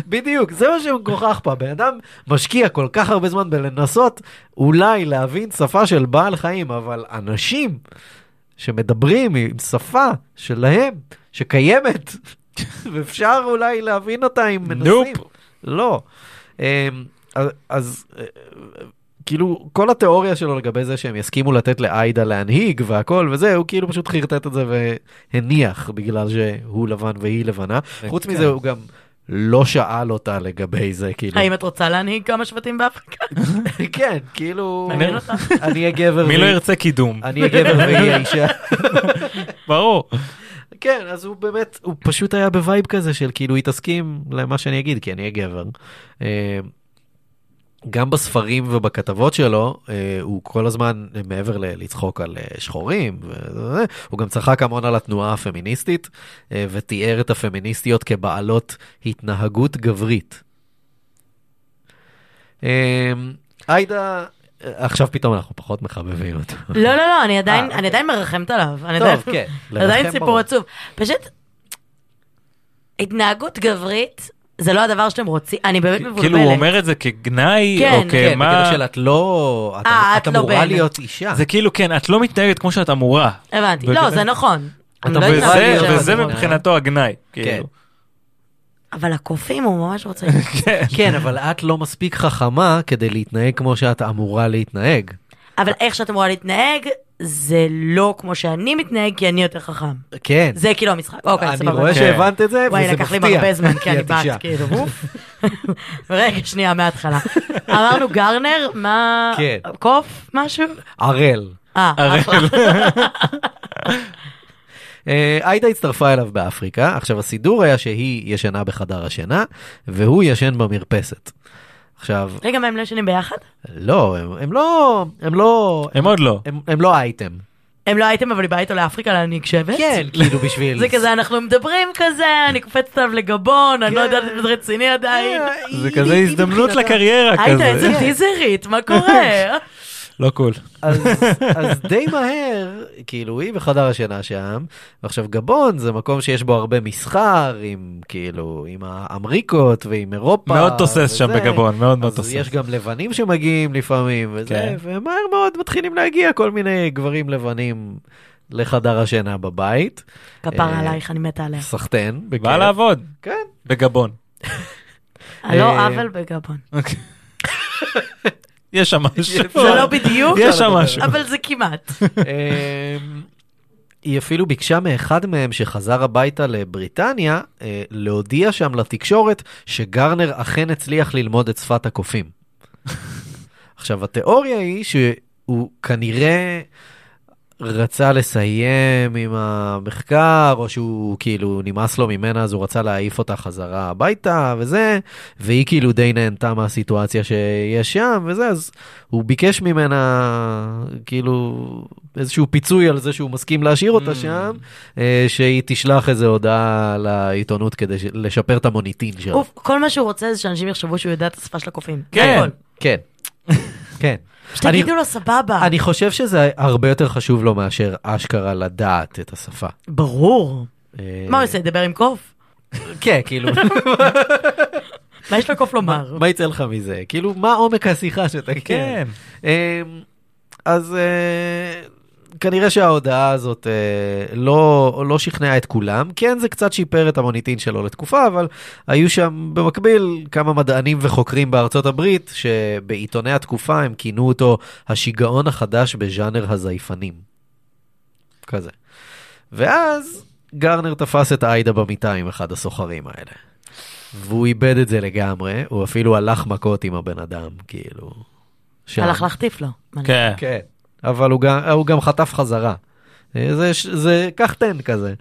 Speaker 1: בדיוק, זה מה שמגוחך פה, בן אדם משקיע כל כך הרבה זמן בלנסות אולי להבין שפה של בעל חיים, אבל אנשים שמדברים עם שפה שלהם, שקיימת, ואפשר אולי להבין אותה אם מנסים.
Speaker 2: נופ.
Speaker 1: לא. אמ, אז- אז אה, כאילו כל התיאוריה שלו לגבי זה שהם יסכימו לתת לעאידה להנהיג והכל וזה, הוא כאילו פשוט חרטט את זה והניח בגלל שהוא לבן והיא לבנה. חוץ מזה הוא גם לא שאל אותה לגבי זה, כאילו.
Speaker 3: האם את רוצה להנהיג כמה שבטים באפריקה?
Speaker 1: כן, כאילו,
Speaker 3: מעניין אותך?
Speaker 1: אני אהיה גבר
Speaker 2: מי לא
Speaker 1: והיא-
Speaker 2: ירצה קידום?
Speaker 1: אני אהיה גבר והיא האישה.
Speaker 2: ברור.
Speaker 1: כן, אז הוא באמת, הוא פשוט היה בווייב כזה של כאילו, היא תסכים למה שאני אגיד, כי אני אהיה גבר. אה, גם בספרים ובכתבות שלו, אה, הוא כל הזמן, אה, מעבר ל- לצחוק על אה, שחורים, וזה, הוא גם צחק המון על התנועה הפמיניסטית, אה, ותיאר את הפמיניסטיות כבעלות התנהגות גברית. אה, עאידה, אה, עכשיו פתאום אנחנו פחות מחבבים אותו.
Speaker 3: לא, לא, לא, אני עדיין-
Speaker 1: אוקיי.
Speaker 3: אני עדיין מרחמת עליו. אני
Speaker 1: טוב,
Speaker 3: עדיין-
Speaker 1: כן.
Speaker 3: עדיין
Speaker 1: לרחם ברור.
Speaker 3: סיפור עצוב. פשוט, התנהגות גברית זה לא הדבר שאתם רוצים, אני באמת מבולבלת.
Speaker 2: כאילו הוא אומר את זה כגנאי,
Speaker 3: כן,
Speaker 2: או
Speaker 1: כן, בקטע
Speaker 2: כמה...
Speaker 1: של את לא, את,
Speaker 3: אה,
Speaker 1: את
Speaker 3: את לא
Speaker 1: אמורה
Speaker 3: בן.
Speaker 1: להיות אישה.
Speaker 2: זה כאילו כן, את לא מתנהגת כמו שאת אמורה.
Speaker 3: הבנתי.
Speaker 2: בגלל-
Speaker 3: לא, זה נכון. אני לא
Speaker 1: וזה-
Speaker 3: התנהגתי
Speaker 2: וזה-
Speaker 3: שם.
Speaker 2: וזה
Speaker 1: נכון.
Speaker 2: מבחינתו הגנאי.
Speaker 1: כן.
Speaker 2: כאילו.
Speaker 3: אבל הקופים הוא ממש רוצה...
Speaker 2: כן.
Speaker 1: כן, אבל את לא מספיק חכמה כדי להתנהג כמו שאת אמורה להתנהג.
Speaker 3: אבל איך שאת אמורה להתנהג, זה לא כמו שאני מתנהג, כי אני יותר חכם.
Speaker 1: כן.
Speaker 3: זה כאילו המשחק. אוקיי,
Speaker 1: אני
Speaker 3: סבבה.
Speaker 1: רואה
Speaker 2: כן.
Speaker 1: שהבנת את זה,
Speaker 3: וואי,
Speaker 1: וזה
Speaker 3: לקח לי
Speaker 1: מפתיע,
Speaker 3: הרבה זמן, כי אני
Speaker 1: את
Speaker 3: בת,
Speaker 1: אישה.
Speaker 3: כאילו, אוף. רגע, שנייה, מההתחלה. אמרנו גרנר, מה...
Speaker 1: כן.
Speaker 3: קוף, משהו?
Speaker 1: ערל.
Speaker 3: אה,
Speaker 2: הראל.
Speaker 1: אה, עאידה הצטרפה אליו באפריקה, עכשיו הסידור היה שהיא ישנה בחדר השינה, והוא ישן במרפסת. עכשיו,
Speaker 3: רגע, מה הם לא ישנים ביחד?
Speaker 1: לא, הם, הם לא, הם לא,
Speaker 2: הם עוד לא.
Speaker 1: הם, הם לא אייטם.
Speaker 3: הם לא הייתם אבל היא באה איתו לאפריקה להנהיג שבט?
Speaker 1: כן, כאילו בשביל...
Speaker 3: זה כזה, אנחנו מדברים כזה, אני קופצת עליו לגבון, אני לא
Speaker 1: כן. אה,
Speaker 3: יודעת אם זה רציני עדיין.
Speaker 2: זה כזה הזדמנות לקריירה
Speaker 3: היית איזה
Speaker 1: כן.
Speaker 2: כזה.
Speaker 3: טיזרית, מה
Speaker 1: אה.
Speaker 3: קורה?
Speaker 2: לא קול.
Speaker 1: אז, אז די מהר, כאילו, היא בחדר השינה שם, ועכשיו גבון זה מקום שיש בו הרבה מסחר עם, כאילו, עם האמריקות ועם אירופה.
Speaker 2: מאוד תוסס שם
Speaker 1: וזה.
Speaker 2: בגבון, מאוד מאוד
Speaker 1: אז
Speaker 2: תוסס.
Speaker 1: יש גם לבנים שמגיעים לפעמים, וזה,
Speaker 2: כן.
Speaker 1: ומהר מאוד מתחילים להגיע כל מיני גברים לבנים לחדר השינה בבית.
Speaker 3: כפרה
Speaker 1: אה,
Speaker 3: עלייך, אני מתה עליה.
Speaker 1: סחטיין, בכיף.
Speaker 2: בא לעבוד,
Speaker 1: כן.
Speaker 2: בגבון.
Speaker 1: אה.
Speaker 3: לא עוול בגבון.
Speaker 2: אוקיי. יש שם משהו.
Speaker 3: זה לא בדיוק,
Speaker 2: יש שם משהו.
Speaker 3: אבל זה כמעט.
Speaker 1: אמ, היא אפילו ביקשה מאחד מהם שחזר הביתה לבריטניה אה, להודיע שם לתקשורת שגרנר אכן הצליח ללמוד את שפת הקופים. עכשיו, התיאוריה היא שהוא כנראה רצה לסיים עם המחקר, או שהוא כאילו נמאס לו ממנה, אז הוא רצה להעיף אותה חזרה הביתה וזה, והיא כאילו די נהנתה מהסיטואציה שיש שם וזה, אז הוא ביקש ממנה כאילו איזשהו פיצוי על זה שהוא מסכים להשאיר אותה
Speaker 2: Mm.
Speaker 1: שם, אה, שהיא תשלח איזו הודעה לעיתונות כדי ש- לשפר את המוניטין שלה.
Speaker 3: אוף, כל מה שהוא רוצה זה שאנשים יחשבו שהוא יודע את השפה של הקופים.
Speaker 2: כן.
Speaker 3: הכל.
Speaker 1: כן. כן. אני-
Speaker 3: שתגידו לו סבבה.
Speaker 1: אני חושב שזה הרבה יותר חשוב לו מאשר אשכרה לדעת את השפה.
Speaker 3: ברור.
Speaker 1: אה,
Speaker 3: מה הוא עושה, ידבר עם קוף?
Speaker 1: כן, כאילו,
Speaker 3: מה יש לקוף לומר?
Speaker 1: מה יצא לך מזה? כאילו, מה עומק השיחה שאתה...
Speaker 2: כן.
Speaker 1: אמ, אז אה, כנראה שההודעה הזאת אה, לא, לא שכנעה את כולם. כן, זה קצת שיפר את המוניטין שלו לתקופה, אבל היו שם במקביל כמה מדענים וחוקרים בארצות הברית, שבעיתוני התקופה הם כינו אותו השיגעון החדש בז'אנר הזייפנים. כזה. ואז גרנר תפס את עאידה במיטה עם אחד הסוחרים האלה. והוא איבד את זה לגמרי, הוא אפילו הלך מכות עם הבן אדם, כאילו. שם.
Speaker 3: הלך להחטיף לו.
Speaker 2: כן.
Speaker 1: כן, אבל הוא גם, הוא גם חטף חזרה. אה, זה, ש- זה קח תן כזה,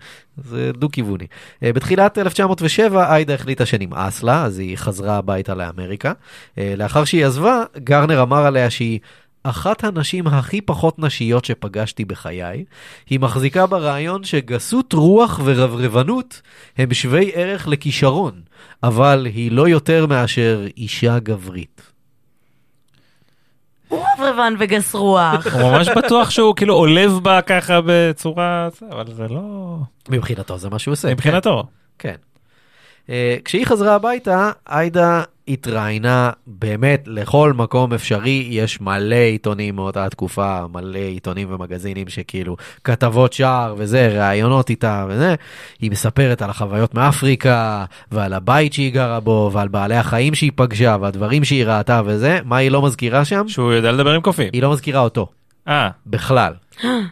Speaker 1: זה דו-כיווני. אה, בתחילת 1907 עאידה החליטה שנמאס לה, אז היא חזרה הביתה לאמריקה. אה, לאחר שהיא עזבה, גרנר אמר עליה שהיא אחת הנשים הכי פחות נשיות שפגשתי בחיי. היא מחזיקה ברעיון שגסות רוח ורברבנות הם שווי ערך לכישרון, אבל היא לא יותר מאשר אישה גברית.
Speaker 3: הוא רברבן וגס רוח.
Speaker 2: הוא ממש בטוח שהוא כאילו עולב בה ככה בצורה, זה, אבל זה לא...
Speaker 1: מבחינתו זה מה שהוא עושה.
Speaker 2: מבחינתו.
Speaker 1: כן. אה, כשהיא חזרה הביתה, עאידה התראיינה באמת לכל מקום אפשרי, יש מלא עיתונים מאותה התקופה, מלא עיתונים ומגזינים שכאילו כתבות שער וזה, ראיונות איתה וזה. היא מספרת על החוויות מאפריקה, ועל הבית שהיא גרה בו, ועל בעלי החיים שהיא פגשה, והדברים שהיא ראתה וזה. מה היא לא מזכירה שם?
Speaker 2: שהוא יודע לדבר עם קופים.
Speaker 1: היא לא מזכירה אותו,
Speaker 2: אה,
Speaker 1: בכלל.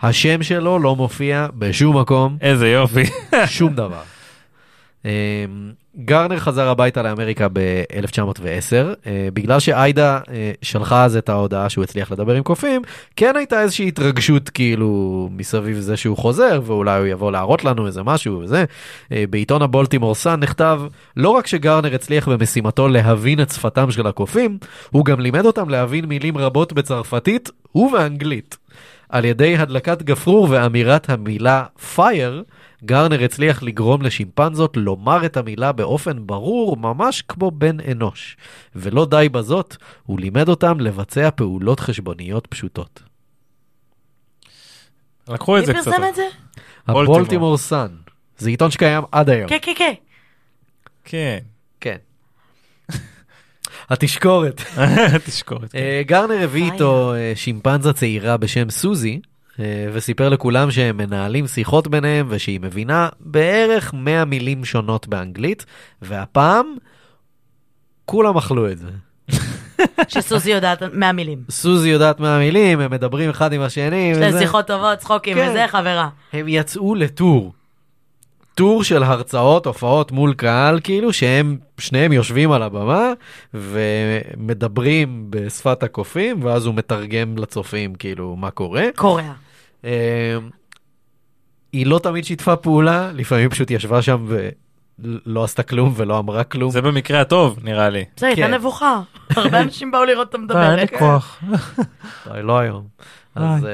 Speaker 1: השם שלו לא מופיע בשום מקום.
Speaker 2: איזה יופי.
Speaker 1: שום דבר. אמ, גרנר חזר הביתה לאמריקה ב-1910, אה, בגלל שעאידה אה, שלחה אז את ההודעה שהוא הצליח לדבר עם קופים, כן הייתה איזושהי התרגשות כאילו מסביב זה שהוא חוזר, ואולי הוא יבוא להראות לנו איזה משהו וזה. אה, בעיתון הבולטימור סאן נכתב, לא רק שגרנר הצליח במשימתו להבין את שפתם של הקופים, הוא גם לימד אותם להבין מילים רבות בצרפתית ובאנגלית. על ידי הדלקת גפרור ואמירת המילה fire, גרנר הצליח לגרום לשימפנזות לומר את המילה באופן ברור, ממש כמו בן אנוש. ולא די בזאת, הוא לימד אותם לבצע פעולות חשבוניות פשוטות.
Speaker 2: לקחו
Speaker 3: מי
Speaker 2: את זה קצת.
Speaker 3: פרסם את זה?
Speaker 2: בולטימור.
Speaker 1: הבולטימור סאן, זה עיתון שקיים עד היום.
Speaker 3: כן, כן, כן.
Speaker 2: כן.
Speaker 1: כן. התשקורת.
Speaker 2: תשקורת. כן.
Speaker 1: אה, גרנר הביא
Speaker 3: פייר.
Speaker 1: איתו אה, שימפנזה צעירה בשם סוזי, אה, וסיפר לכולם שהם מנהלים שיחות ביניהם ושהיא מבינה בערך 100 מילים שונות באנגלית, והפעם כולם אכלו את זה.
Speaker 3: שסוזי יודעת מהמילים.
Speaker 1: סוזי יודעת 100 מילים, הם מדברים אחד עם השני,
Speaker 3: יש
Speaker 1: וזה.
Speaker 3: להם שיחות טובות, צחוקים
Speaker 1: כן.
Speaker 3: וזה, חברה.
Speaker 1: הם יצאו לטור. טור של הרצאות, הופעות מול קהל, כאילו שהם, שניהם יושבים על הבמה ומדברים בשפת הקופים, ואז הוא מתרגם לצופים, כאילו, מה קורה.
Speaker 3: קוריאה.
Speaker 1: אה, היא לא תמיד שיתפה פעולה, לפעמים פשוט ישבה שם ולא עשתה כלום ולא אמרה כלום.
Speaker 2: זה במקרה הטוב, נראה לי.
Speaker 3: בסדר, הייתה
Speaker 1: כן.
Speaker 3: נבוכה. הרבה אנשים באו לראות אותה מדברת.
Speaker 2: אה,
Speaker 3: כן.
Speaker 2: כוח.
Speaker 1: אוי, לא היום. אז, אה,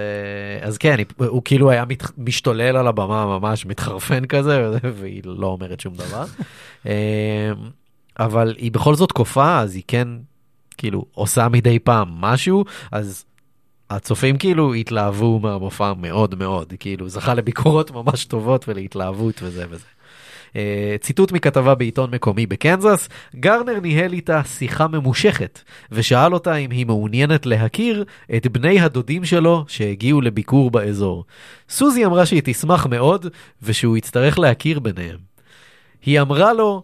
Speaker 1: אז כן, היא- הוא כאילו היה מת, משתולל על הבמה ממש, מתחרפן כזה, וזה, והיא לא אומרת שום דבר. אה, אבל היא בכל זאת קופה, אז היא כן, כאילו, עושה מדי פעם משהו, אז הצופים כאילו התלהבו מהמופע מאוד מאוד, כאילו, זכה לביקורות ממש טובות ולהתלהבות וזה וזה. אה, ציטוט מכתבה בעיתון מקומי בקנזס, גרנר ניהל איתה שיחה ממושכת, ושאל אותה אם היא מעוניינת להכיר את בני הדודים שלו שהגיעו לביקור באזור. סוזי אמרה שהיא תשמח מאוד, ושהוא יצטרך להכיר ביניהם. היא אמרה לו,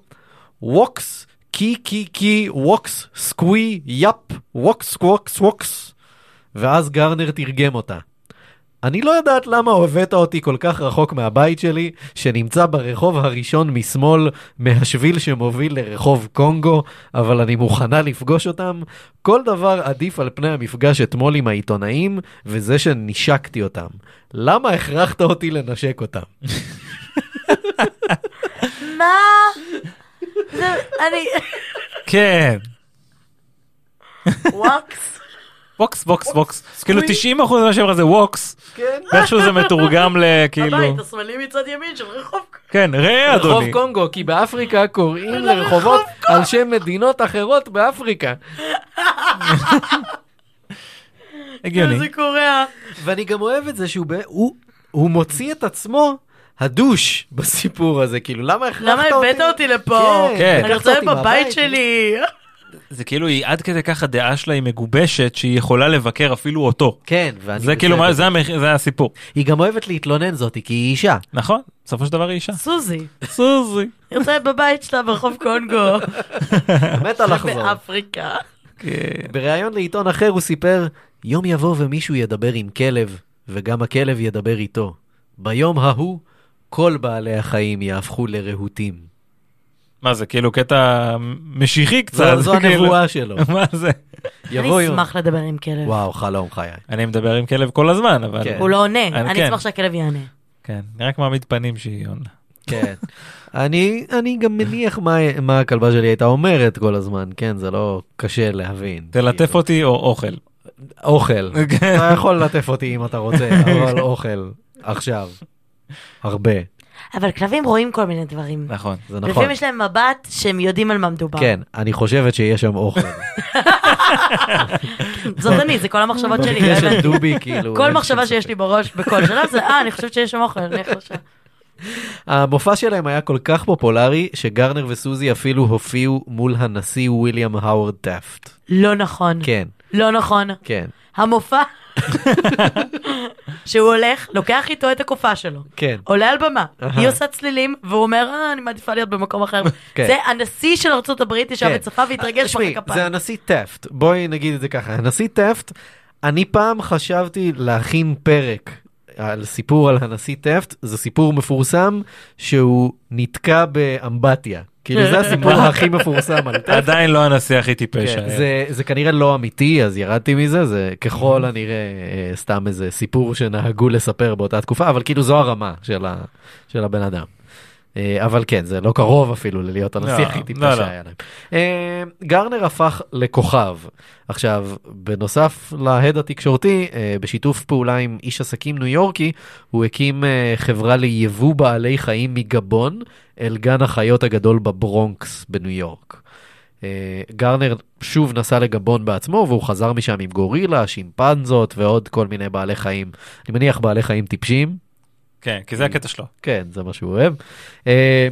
Speaker 1: ווקס, קי קי קי, ווקס, סקווי, יאפ, ווקס, ווקס, ווקס. ואז גרנר תרגם אותה. אני לא יודעת למה הובאת אותי כל כך רחוק מהבית שלי, שנמצא ברחוב הראשון משמאל, מהשביל שמוביל לרחוב קונגו, אבל אני מוכנה לפגוש אותם. כל דבר עדיף על פני המפגש אתמול עם העיתונאים, וזה שנשקתי אותם. למה הכרחת אותי לנשק אותם?
Speaker 3: מה? זה, אני...
Speaker 2: כן.
Speaker 3: וואקס.
Speaker 2: ווקס, ווקס, ווקס. כאילו
Speaker 1: סקוויד.
Speaker 2: 90% ממה שהיא אמרה זה ווקס.
Speaker 1: כן.
Speaker 2: ואיכשהו זה מתורגם לכאילו...
Speaker 3: הבית השמאלי מצד ימין של רחוב.
Speaker 2: כאילו. כן, ראה
Speaker 1: רחוב
Speaker 2: אדוני.
Speaker 1: קונגו, כי באפריקה קוראים
Speaker 3: לרחוב
Speaker 1: לרחובות על שם מדינות אחרות באפריקה.
Speaker 2: הגיוני.
Speaker 3: זה קוריאה.
Speaker 1: ואני גם אוהב את זה שהוא ב... הוא, הוא מוציא את עצמו הדוש בסיפור הזה, כאילו, למה הכרחת
Speaker 3: למה
Speaker 1: אותי?
Speaker 3: הבאת אותי לפה?
Speaker 2: כן.
Speaker 3: אני
Speaker 1: לקחת
Speaker 3: רוצה
Speaker 1: אותי
Speaker 3: בבית
Speaker 1: מהבית.
Speaker 3: שלי.
Speaker 2: זה כאילו היא עד כדי כך הדעה שלה היא מגובשת שהיא יכולה לבקר אפילו אותו.
Speaker 1: כן, ואני...
Speaker 2: זה כאילו מה, זה המח- זה הסיפור.
Speaker 1: היא גם אוהבת להתלונן זאתי, כי היא אישה.
Speaker 2: נכון? בסופו של דבר היא אישה.
Speaker 3: סוזי,
Speaker 2: סוזי.
Speaker 3: אני רוצה בבית שלה ברחוב קונגו.
Speaker 1: מתה לחזור.
Speaker 3: באפריקה.
Speaker 2: כן.
Speaker 1: בריאיון לעיתון אחר הוא סיפר, יום יבוא ומישהו ידבר עם כלב, וגם הכלב ידבר איתו. ביום ההוא, כל בעלי החיים יהפכו לרהוטים.
Speaker 2: מה זה, כאילו קטע משיחי קצת.
Speaker 1: זו- זו
Speaker 2: כאילו.
Speaker 1: הנבואה שלו.
Speaker 2: מה זה?
Speaker 1: יבוא
Speaker 3: אני
Speaker 1: יום.
Speaker 3: אשמח לדבר עם כלב.
Speaker 1: וואו, חלום חיי.
Speaker 2: אני מדבר עם כלב כל הזמן, אבל...
Speaker 1: כן.
Speaker 3: הוא לא עונה,
Speaker 2: אני-
Speaker 3: אני
Speaker 2: כן.
Speaker 3: אשמח שהכלב יענה.
Speaker 2: כן, אני רק מעמיד פנים שהיא עונה.
Speaker 1: כן. אני, אני גם מניח מה, מה הכלבה שלי הייתה אומרת כל הזמן, כן? זה לא קשה להבין.
Speaker 2: תלטף
Speaker 1: כאילו.
Speaker 2: אותי או אוכל.
Speaker 1: אוכל.
Speaker 2: כן.
Speaker 1: אתה יכול ללטף אותי אם אתה רוצה, אבל אוכל. עכשיו. הרבה.
Speaker 3: אבל כלבים רואים כל מיני דברים.
Speaker 2: נכון.
Speaker 1: זה נכון.
Speaker 3: לפעמים יש להם מבט שהם יודעים על מה מדובר.
Speaker 1: כן, אני חושבת שיש שם אוכל.
Speaker 3: זאת אני, זה כל המחשבות שלי.
Speaker 1: במקרה
Speaker 3: באמת.
Speaker 1: של דובי, כאילו...
Speaker 3: לא. כל
Speaker 1: אין
Speaker 3: מחשבה
Speaker 1: שום
Speaker 3: שיש
Speaker 1: ספק.
Speaker 3: לי בראש בכל שלב זה, אה, אני חושבת שיש שם אוכל, אני חושבת.
Speaker 1: המופע שלהם היה כל כך פופולרי, שגרנר וסוזי אפילו הופיעו מול הנשיא וויליאם האוורד טאפט.
Speaker 3: לא נכון.
Speaker 1: כן,
Speaker 3: לא נכון.
Speaker 1: כן,
Speaker 3: המופע שהוא הולך, לוקח איתו את הקופה שלו.
Speaker 1: כן.
Speaker 3: עולה על במה,
Speaker 1: אהה.
Speaker 3: היא עושה צלילים, והוא אומר, אה, אני מעדיפה להיות במקום אחר.
Speaker 1: כן.
Speaker 3: זה הנשיא של ארה"ב ישב
Speaker 1: כן.
Speaker 3: וצפה והתרגש
Speaker 1: תשמעי, זה
Speaker 3: מחא כפיים.
Speaker 1: הנשיא טפט, בואי נגיד את זה ככה, הנשיא טפט, אני פעם חשבתי להכין פרק על סיפור על הנשיא טפט, זה סיפור מפורסם שהוא נתקע באמבטיה. כאילו זה הסיפור הכי מפורסם על טפט.
Speaker 2: עדיין לא הנשיא הכי טיפש.
Speaker 1: כן,
Speaker 2: היה.
Speaker 1: זה, זה כנראה לא אמיתי, אז ירדתי מזה, זה ככל הנראה אה, סתם איזה סיפור שנהגו לספר באותה תקופה, אבל כאילו זו הרמה של, ה, של הבן אדם. אה, אבל כן, זה לא קרוב אפילו ללהיות הנשיא
Speaker 2: לא,
Speaker 1: הכי טיפה
Speaker 2: לא, לא.
Speaker 1: שהיה להם. אה, גרנר הפך לכוכב. עכשיו, בנוסף להד התקשורתי, אה, בשיתוף פעולה עם איש עסקים ניו יורקי, הוא הקים אה, חברה ליבוא בעלי חיים מגבון אל גן החיות הגדול בברונקס בניו יורק. אה, גרנר שוב נסע לגבון בעצמו, והוא חזר משם עם גורילה, שימפנזות ועוד כל מיני בעלי חיים. אני מניח בעלי חיים טיפשים,
Speaker 2: כן, כי זה הקטע שלו.
Speaker 1: כן, זה מה שהוא אוהב. אה,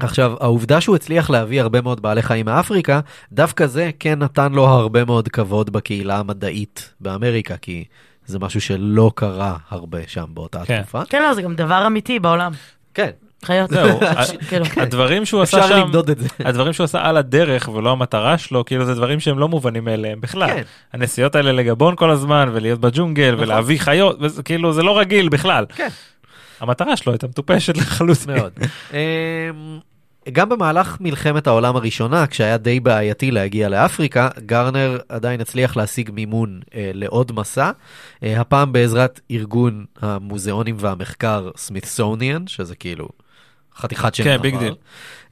Speaker 1: עכשיו, העובדה שהוא הצליח להביא הרבה מאוד בעלי חיים מאפריקה, דווקא זה כן נתן לו הרבה מאוד כבוד בקהילה המדעית באמריקה, כי זה משהו שלא קרה הרבה שם באותה
Speaker 2: כן.
Speaker 1: התקופה.
Speaker 3: כן, לא, זה גם דבר אמיתי בעולם.
Speaker 1: כן,
Speaker 3: חיות.
Speaker 2: זהו, אה,
Speaker 3: כאילו.
Speaker 2: הדברים שהוא עשה
Speaker 1: אפשר
Speaker 2: שם,
Speaker 1: למדוד את זה.
Speaker 2: הדברים שהוא עשה על הדרך ולא המטרה שלו, כאילו זה דברים שהם לא מובנים מאליהם בכלל.
Speaker 1: כן.
Speaker 2: הנסיעות האלה לגבון כל הזמן ולהיות בג'ונגל ולהביא חיות, וזה כאילו זה לא רגיל בכלל.
Speaker 1: כן.
Speaker 2: המטרה שלו הייתה מטופשת לחלוטין.
Speaker 1: מאוד. אמ, גם במהלך מלחמת העולם הראשונה, כשהיה די בעייתי להגיע לאפריקה, גרנר עדיין הצליח להשיג מימון אה, לעוד מסע, אה, הפעם בעזרת ארגון המוזיאונים והמחקר סמית'סוניאן, שזה כאילו חתיכת שם
Speaker 2: כן,
Speaker 1: דבר.
Speaker 2: ביג דיל.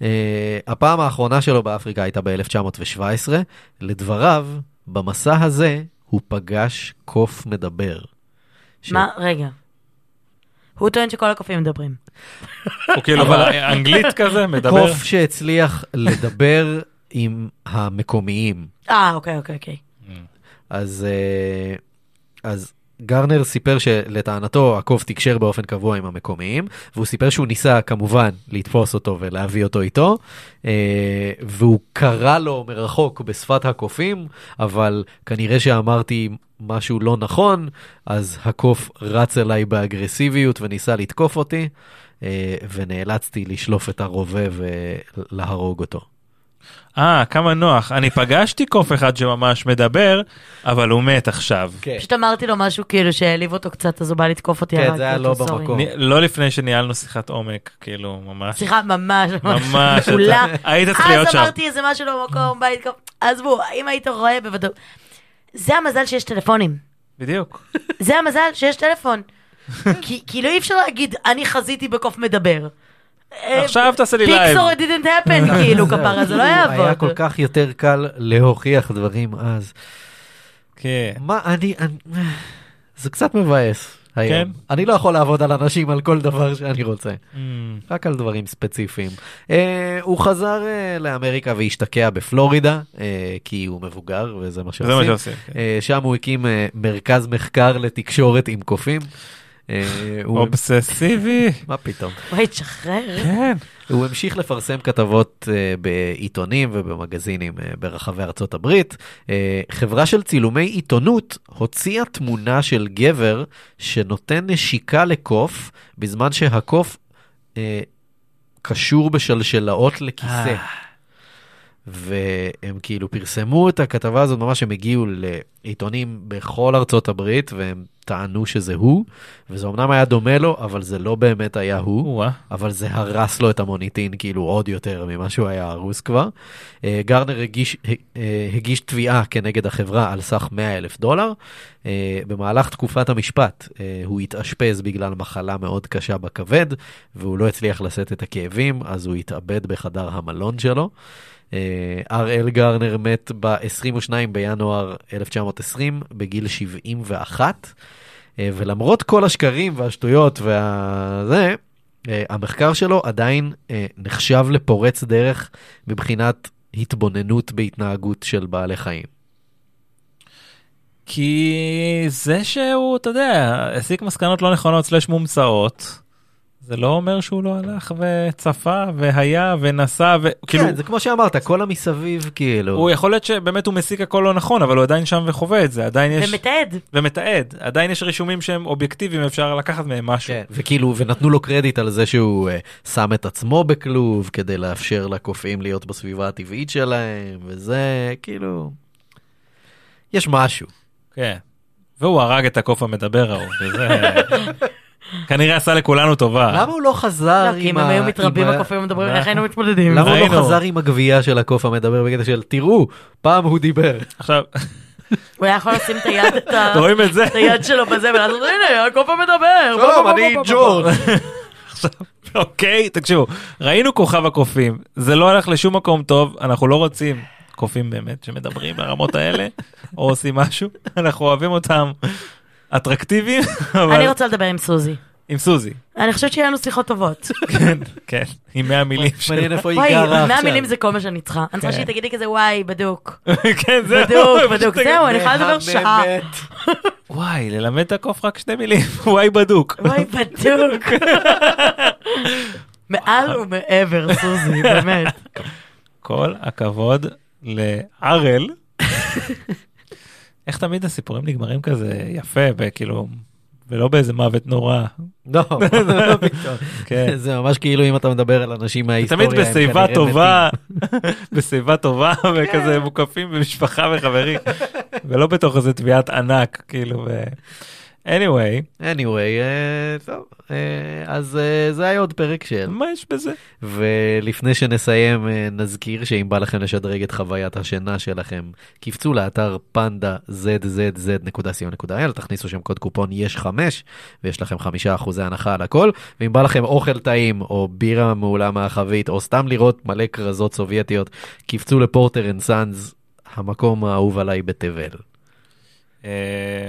Speaker 1: אה, הפעם האחרונה שלו באפריקה הייתה ב-1917, לדבריו, במסע הזה הוא פגש קוף מדבר. ש-
Speaker 3: מה, רגע. הוא טוען שכל הקופים מדברים.
Speaker 2: הוא כאילו באנגלית כזה מדבר.
Speaker 1: קוף שהצליח לדבר עם המקומיים.
Speaker 3: אה, אוקיי, אוקיי, אוקיי.
Speaker 2: כן.
Speaker 1: אז, אה, אז גרנר סיפר שלטענתו הקוף תקשר באופן קבוע עם המקומיים, והוא סיפר שהוא ניסה כמובן לתפוס אותו ולהביא אותו איתו, אה, והוא קרא לו מרחוק בשפת הקופים, אבל כנראה שאמרתי משהו לא נכון, אז הקוף רץ אליי באגרסיביות וניסה לתקוף אותי, אה, ונאלצתי לשלוף את הרובה ולהרוג אותו.
Speaker 2: אה, כמה נוח. אני פגשתי קוף אחד שממש מדבר, אבל הוא מת עכשיו.
Speaker 3: פשוט אמרתי לו משהו כאילו שהעליב אותו קצת, אז הוא בא לתקוף אותי.
Speaker 1: כן,
Speaker 3: הרגתי
Speaker 1: זה היה
Speaker 3: אותו,
Speaker 1: לא
Speaker 3: סורי.
Speaker 1: במקום.
Speaker 2: אני- לא לפני שניהלנו שיחת עומק, כאילו, ממש.
Speaker 3: סליחה, ממש,
Speaker 2: כן. ממש, אתה-
Speaker 3: מעולה.
Speaker 2: היית צריך להיות
Speaker 3: אז
Speaker 2: שם.
Speaker 3: אמרתי איזה משהו לא במקום, בא לתקוף. עזבו, אם היית רואה בוודאות. זה המזל שיש טלפונים.
Speaker 2: בדיוק.
Speaker 3: זה המזל שיש טלפון. כי כאילו אי אפשר להגיד, אני חזיתי בקוף מדבר. אה,
Speaker 2: עכשיו תעשה לי לייב.
Speaker 3: Pixar it didn't happen, כאילו, כפרה, זה לא יעבוד.
Speaker 1: היה כל כך יותר קל להוכיח דברים אז.
Speaker 2: כן.
Speaker 1: מה, אני... אני- זה קצת מבאס היום.
Speaker 2: כן?
Speaker 1: אני לא יכול לעבוד על אנשים על כל דבר שאני רוצה,
Speaker 2: אמ,
Speaker 1: רק על דברים ספציפיים. אה, הוא חזר אה, לאמריקה והשתקע בפלורידה, אה, כי הוא מבוגר וזה מה
Speaker 2: זה מה
Speaker 1: שעושים.
Speaker 2: שעושים. כן.
Speaker 1: אה, שם הוא הקים אה, מרכז מחקר לתקשורת עם קופים. אה, הוא-
Speaker 2: אובססיבי.
Speaker 1: מה פתאום?
Speaker 3: וואי, תשחרר.
Speaker 2: כן.
Speaker 1: הוא המשיך לפרסם כתבות אה, בעיתונים ובמגזינים אה, ברחבי ארצות הברית. אה, חברה של צילומי עיתונות הוציאה תמונה של גבר שנותן נשיקה לקוף, בזמן שהקוף אה, קשור בשלשלאות לכיסא.
Speaker 2: אה.
Speaker 1: והם כאילו פרסמו את הכתבה הזאת, ממש הם הגיעו לעיתונים בכל ארצות הברית, והם טענו שזה הוא, וזה אמנם היה דומה לו, אבל זה לא באמת היה הוא.
Speaker 2: או-אה.
Speaker 1: אבל זה הרס לו את המוניטין כאילו עוד יותר ממה שהוא היה הרוס כבר. אה, גרנר הגיש, אה, אה, הגיש תביעה כנגד החברה על סך 100 אלף דולר. אה, במהלך תקופת המשפט אה, הוא התאשפז בגלל מחלה מאוד קשה בכבד, והוא לא הצליח לשאת את הכאבים, אז הוא התאבד בחדר המלון שלו. אה, אראל גרנר מת ב-22 בינואר 1920 בגיל 71. אה, ולמרות כל השקרים והשטויות והזה, אה, המחקר שלו עדיין אה, נחשב לפורץ דרך מבחינת התבוננות בהתנהגות של בעלי חיים.
Speaker 2: כי זה שהוא, אתה יודע, הסיק מסקנות לא נכונות סלש מומצאות, זה לא אומר שהוא לא הלך וצפה והיה ונסע וכאילו,
Speaker 1: כן, זה כמו שאמרת, כל המסביב כאילו.
Speaker 2: כאילו- הוא יכול להיות שבאמת הוא מסיק הכל לא נכון, אבל הוא עדיין שם וחווה את זה, עדיין יש,
Speaker 3: ומתעד.
Speaker 2: ומתעד, עדיין יש רישומים שהם אובייקטיביים, אפשר לקחת מהם משהו.
Speaker 1: כן, וכאילו, ונתנו לו קרדיט על זה שהוא אה, שם את עצמו בכלוב כדי לאפשר לקופאים להיות בסביבה הטבעית שלהם, וזה כאילו... יש משהו.
Speaker 2: כן. והוא הרג את הקוף המדבר ההוא, וזה... כנראה עשה לכולנו טובה.
Speaker 1: למה הוא לא חזר
Speaker 3: לא,
Speaker 1: עם ה...
Speaker 3: כי אם הם היו
Speaker 1: עם
Speaker 3: מתרבים
Speaker 1: ה-
Speaker 3: הקופים מדברים,
Speaker 2: מה?
Speaker 3: איך היינו מתמודדים?
Speaker 1: למה הוא
Speaker 2: ראינו.
Speaker 1: לא חזר עם הגבייה של הקוף המדבר בקטע של תראו, פעם הוא דיבר.
Speaker 2: עכשיו,
Speaker 3: הוא היה יכול לשים את היד, את ה-
Speaker 1: אה?
Speaker 2: רואים את זה?
Speaker 3: את היד שלו בזה, ולעשות, הנה, הקוף המדבר. בוא, בוא, בוא, בוא, בוא, בוא."
Speaker 2: עכשיו, אוקיי, תקשיבו, ראינו כוכב הקופים, זה לא הלך לשום מקום טוב, אנחנו לא רוצים קופים באמת שמדברים ברמות האלה, או עושים משהו, אנחנו אוהבים אותם אטרקטיביים, אבל
Speaker 3: אני רוצה לדבר עם סוזי.
Speaker 2: עם סוזי,
Speaker 3: אני חושבת שיהיו לנו שיחות טובות.
Speaker 2: כן, כן, עם 100 מילים
Speaker 1: מעניין
Speaker 2: שלה.
Speaker 1: איפה היא
Speaker 3: וואי,
Speaker 1: גרה עכשיו.
Speaker 3: 100 מילים זה כל מה שאני צריכה. אני צריכה
Speaker 2: כן.
Speaker 3: שהיא תגיד לי כזה, וואי, בדוק.
Speaker 2: כן, זהו,
Speaker 3: בדוק,
Speaker 2: פשוט תגיד,
Speaker 3: בדוק.
Speaker 1: כאילו,
Speaker 3: זהו, אני יכולה לדבר שעה.
Speaker 1: מהממת.
Speaker 2: וואי, ללמד את הקוף רק שתי מילים, וואי בדוק.
Speaker 3: וואי, בדוק. מעל ומעבר, סוזי, באמת.
Speaker 2: כל הכבוד לערל. איך תמיד הסיפורים נגמרים כזה יפה, וכאילו, ולא באיזה מוות נורא.
Speaker 1: לא, מה פתאום.
Speaker 2: כן.
Speaker 1: זה ממש כאילו אם אתה מדבר על אנשים
Speaker 2: זה
Speaker 1: מההיסטוריה,
Speaker 2: תמיד
Speaker 1: הם
Speaker 2: בשיבה
Speaker 1: כנראה
Speaker 2: טובה, בשיבה טובה,
Speaker 3: כן.
Speaker 2: וכזה מוקפים במשפחה וחברים, ולא בתוך איזה תביעת ענק, כאילו, ו... anyway,
Speaker 1: מתים. anyway, אה, טוב, אה, אז אה, זה היה עוד פרק
Speaker 3: כן.
Speaker 1: של,
Speaker 2: מה יש בזה?
Speaker 1: ולפני שנסיים אה, נזכיר שאם בא לכם לשדרג את חוויית השינה שלכם, קפצו לאתר פנדה zzz.co.il, תכניסו שם קוד קופון יש חמש, ויש לכם חמישה אחוזי הנחה על הכל, ואם בא לכם אוכל טעים, או בירה מעולה מהחבית, או סתם לראות מלא כרזות סובייטיות, קפצו לפורטר אנד סאנז, המקום האהוב עליי בתבל.
Speaker 2: אה,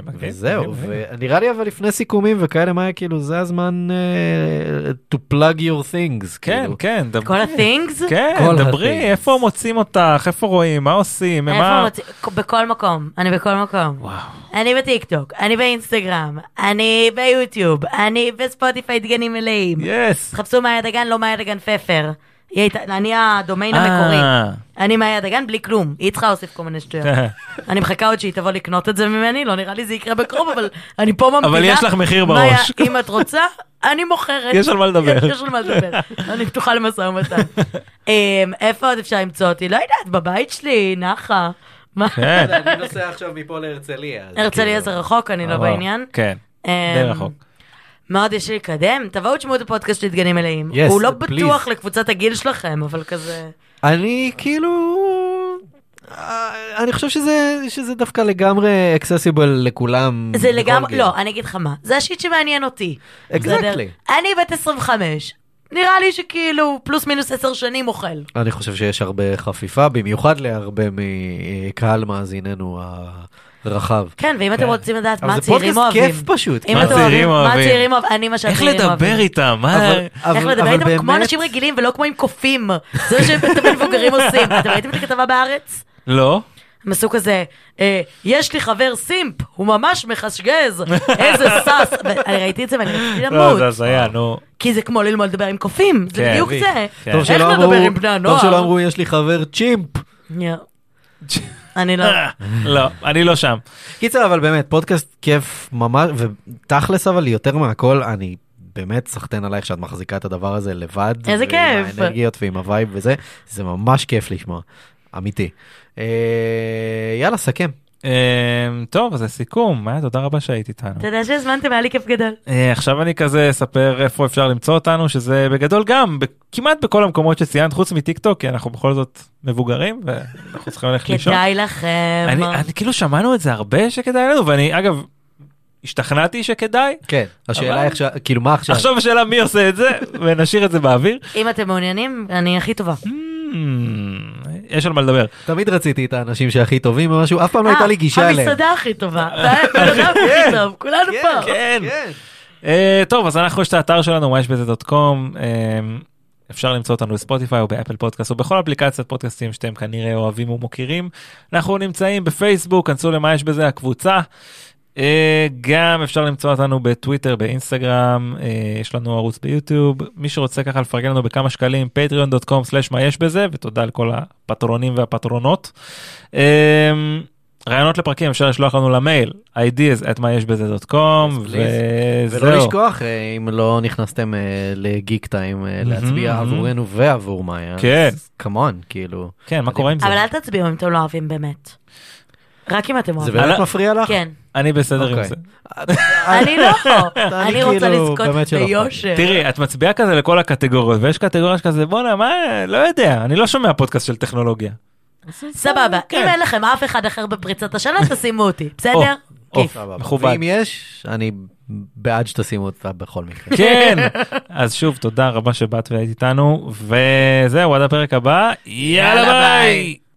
Speaker 2: מגניב,
Speaker 1: וזהו,
Speaker 2: מגניב, מגניב.
Speaker 1: ונראה לי אבל לפני סיכומים וכאלה, מה היה כאילו, זה הזמן אה, to plug your things.
Speaker 2: כן,
Speaker 1: כאילו.
Speaker 2: כן, דברי.
Speaker 3: כל ה-things?
Speaker 2: כן,
Speaker 1: כל
Speaker 2: דברי,
Speaker 1: ה-things.
Speaker 2: איפה מוצאים אותך, איפה רואים, מה עושים,
Speaker 3: איפה
Speaker 2: מה...
Speaker 3: מוצאים? בכל מקום, אני בכל מקום.
Speaker 2: וואו.
Speaker 3: אני בטיקטוק, אני באינסטגרם, אני ביוטיוב, אני בספוטיפיי דגנים מלאים.
Speaker 2: יס.
Speaker 3: חפשו מאיה דגן, לא מאיה דגן פפר. היא הייתה- אני הדומיין המקורי.
Speaker 2: אה.
Speaker 3: אני מאיה דגן בלי כלום. היא צריכה להוסיף כל מיני
Speaker 2: כן.
Speaker 3: שטויות. אני מחכה עוד שהיא תבוא לקנות את זה ממני, לא נראה לי זה יקרה בקרוב, אבל אני פה ממתינה.
Speaker 2: אבל יש לך מחיר בראש.
Speaker 3: מאיה, אם את רוצה, אני מוכרת.
Speaker 2: יש על מה לדבר.
Speaker 3: יש- יש על מה כן, לדבר. אני פתוחה למשא ומתן. אמ, איפה עוד אפשר למצוא אותי? לא יודעת, בבית שלי, נחה. מה?
Speaker 2: כן.
Speaker 1: אני נוסע עכשיו מפה להרצליה. אז
Speaker 3: הרצליה
Speaker 1: כאילו-
Speaker 3: זה רחוק, אני לא
Speaker 2: וואו.
Speaker 3: בעניין.
Speaker 2: כן,
Speaker 3: אמ,
Speaker 2: די רחוק.
Speaker 3: מה עוד יש לי לקדם? תבואו תשמעו את הפודקאסט של דגנים מלאים.
Speaker 1: Yes,
Speaker 3: הוא לא
Speaker 1: please.
Speaker 3: בטוח לקבוצת הגיל שלכם, אבל כזה...
Speaker 1: אני כאילו... אה, אני חושב שזה, שזה דווקא לגמרי accessible לכולם.
Speaker 3: זה
Speaker 1: Mm, בכל
Speaker 3: לגמרי,
Speaker 1: גיל.
Speaker 3: לא, אני אגיד לך מה, זה השיט שמעניין אותי.
Speaker 1: Exactly.
Speaker 3: בסדר? אני בת 25, נראה לי שכאילו פלוס מינוס 10 שנים אוכל.
Speaker 1: אני חושב שיש הרבה חפיפה, במיוחד להרבה מקהל מאזיננו הרחב.
Speaker 3: כן, ואם אתם רוצים לדעת מה
Speaker 1: אבל זה
Speaker 3: הצעירים
Speaker 1: פודקאסט
Speaker 3: אוהבים.
Speaker 1: כיף פשוט. כאילו.
Speaker 3: אם
Speaker 2: מה
Speaker 3: אתם
Speaker 2: הצעירים
Speaker 3: אוהבים- מה
Speaker 2: אוהבים?
Speaker 3: הצעירים אוהבים, אני מה
Speaker 2: איך
Speaker 3: שהצעירים אוהבים.
Speaker 2: לדבר איתם? מה?
Speaker 3: איך לדבר איתם כמו אנשים רגילים ולא כמו עם קופים. זה מה שאתם מבוגרים עושים. אתם ראיתם את הכתבה בארץ?
Speaker 2: לא.
Speaker 3: הם עשו כזה, אה, יש לי חבר סימפ, הוא ממש מחשגז, איזה שש. ואני ראיתי את זה ואני רציתי
Speaker 2: לא, זה
Speaker 3: למות.
Speaker 2: הזיה, נו.
Speaker 3: כי זה כמו ללמוד לדבר עם קופים, זה
Speaker 2: כן,
Speaker 3: בדיוק
Speaker 2: ריק.
Speaker 3: זה.
Speaker 2: כן.
Speaker 1: טוב
Speaker 3: איך
Speaker 1: שלא
Speaker 3: לדבר
Speaker 1: אמרו,
Speaker 3: עם בני
Speaker 1: טוב
Speaker 3: הנוער?
Speaker 1: שלא אמרו, יש לי חבר צ'ימפ.
Speaker 3: יא. אני לא...
Speaker 1: אה.
Speaker 2: לא, אני לא שם.
Speaker 1: קיצר, אבל באמת, פודקאסט כיף ממש, ותכלס אבל יותר מהכל, אני באמת סחטיין עלייך שאת מחזיקה את הדבר הזה לבד.
Speaker 3: איזה
Speaker 1: ועם
Speaker 3: כיף.
Speaker 1: האנרגיות ועם הווייב וזה, זה ממש כיף לשמוע. אמיתי. אה, יאללה, סכם.
Speaker 2: אמ, טוב, אז לסיכום, אה, תודה רבה שהיית איתנו.
Speaker 3: אתה יודע שהזמנתם, היה לי כיף גדול.
Speaker 2: אה, עכשיו אני כזה אספר איפה אפשר למצוא אותנו, שזה בגדול גם, ב- כמעט בכל המקומות שציינת, חוץ מטיק טוק, כי אנחנו בכל זאת מבוגרים, ואנחנו צריכים ללכת לישון.
Speaker 3: כדאי לכם.
Speaker 2: אני, אני כאילו שמענו את זה הרבה שכדאי לנו, ואני אגב, השתכנעתי שכדאי.
Speaker 1: כן, השאלה
Speaker 2: אבל-
Speaker 1: איך ש... כאילו, מה עכשיו?
Speaker 2: עכשיו השאלה מי עושה את זה, ונשאיר את זה באוויר.
Speaker 3: אם אתם מעוניינים, אני הכי טובה.
Speaker 2: Mm, יש על מה לדבר.
Speaker 1: תמיד רציתי את האנשים שהכי טובים במשהו, אף פעם לא
Speaker 3: אה,
Speaker 1: הייתה לי גישה אליהם.
Speaker 3: המסעדה הכי טובה. הבן אדם הכי טוב, כולנו פה.
Speaker 2: כן. אה, טוב, אז אנחנו, יש את האתר שלנו, מה יש בזה דוט קום. אה, אפשר למצוא אותנו בספוטיפיי או באפל פודקאסט או בכל אפליקציית פודקאסטים שאתם כנראה אוהבים ומוכירים. אנחנו נמצאים בפייסבוק, כנסו למה יש בזה הקבוצה. אה, גם אפשר למצוא אותנו בטוויטר, באינסטגרם, אה, יש לנו ערוץ ביוטיוב. מי שרוצה ככה לפרגן לנו בכמה שקלים, patreon.com/מה יש בזה, ותודה לכל הפטרונים והפטרונות. אה, רעיונות לפרקים אפשר לשלוח לנו למייל, ideas at מה יש בזה דוט קום,
Speaker 1: Yes, please. ולא
Speaker 2: וזהו.
Speaker 1: לשכוח, אה, אם לא נכנסתם אה, לגיק טיים, אה, להצביע
Speaker 2: מהמם.
Speaker 1: עבורנו ועבור מאיה.
Speaker 2: כן.
Speaker 1: כמון, כאילו.
Speaker 2: כן, מה קורה עם זה?
Speaker 3: אבל אל תצביעו אם אתם לא אוהבים באמת. רק אם אתם
Speaker 1: זה
Speaker 3: אוהבים.
Speaker 1: באמת
Speaker 2: עלה-
Speaker 1: מפריע לך?
Speaker 3: כן.
Speaker 2: אני בסדר עם
Speaker 1: אוקיי.
Speaker 2: זה. אה,
Speaker 3: אני לא פה.
Speaker 1: אני
Speaker 3: אני רוצה
Speaker 2: לא,
Speaker 1: כאילו
Speaker 3: לזכות
Speaker 1: באמת שלא אכפת לי.
Speaker 3: ביושר.
Speaker 2: תראי, את מצביעה כזה לכל הקטגוריות, ויש קטגוריה שכזה, בואנה, מה, לא יודע, אני לא שומע פודקאסט של טכנולוגיה.
Speaker 3: סבבה,
Speaker 2: כן.
Speaker 3: אם אין לכם אף אחד אחר בפריצת השנה, תשימו אותי, בסדר?
Speaker 2: או,
Speaker 3: כיף.
Speaker 1: סבבה.
Speaker 2: מכובד.
Speaker 1: ואם יש, אני בעד שתשימו אותה בכל מקרה.
Speaker 2: כן, אז שוב, תודה רבה שבאת והיית איתנו, וזהו, עד הפרק הבא, יאללה
Speaker 3: יאללה,
Speaker 2: ביי!
Speaker 3: ביי.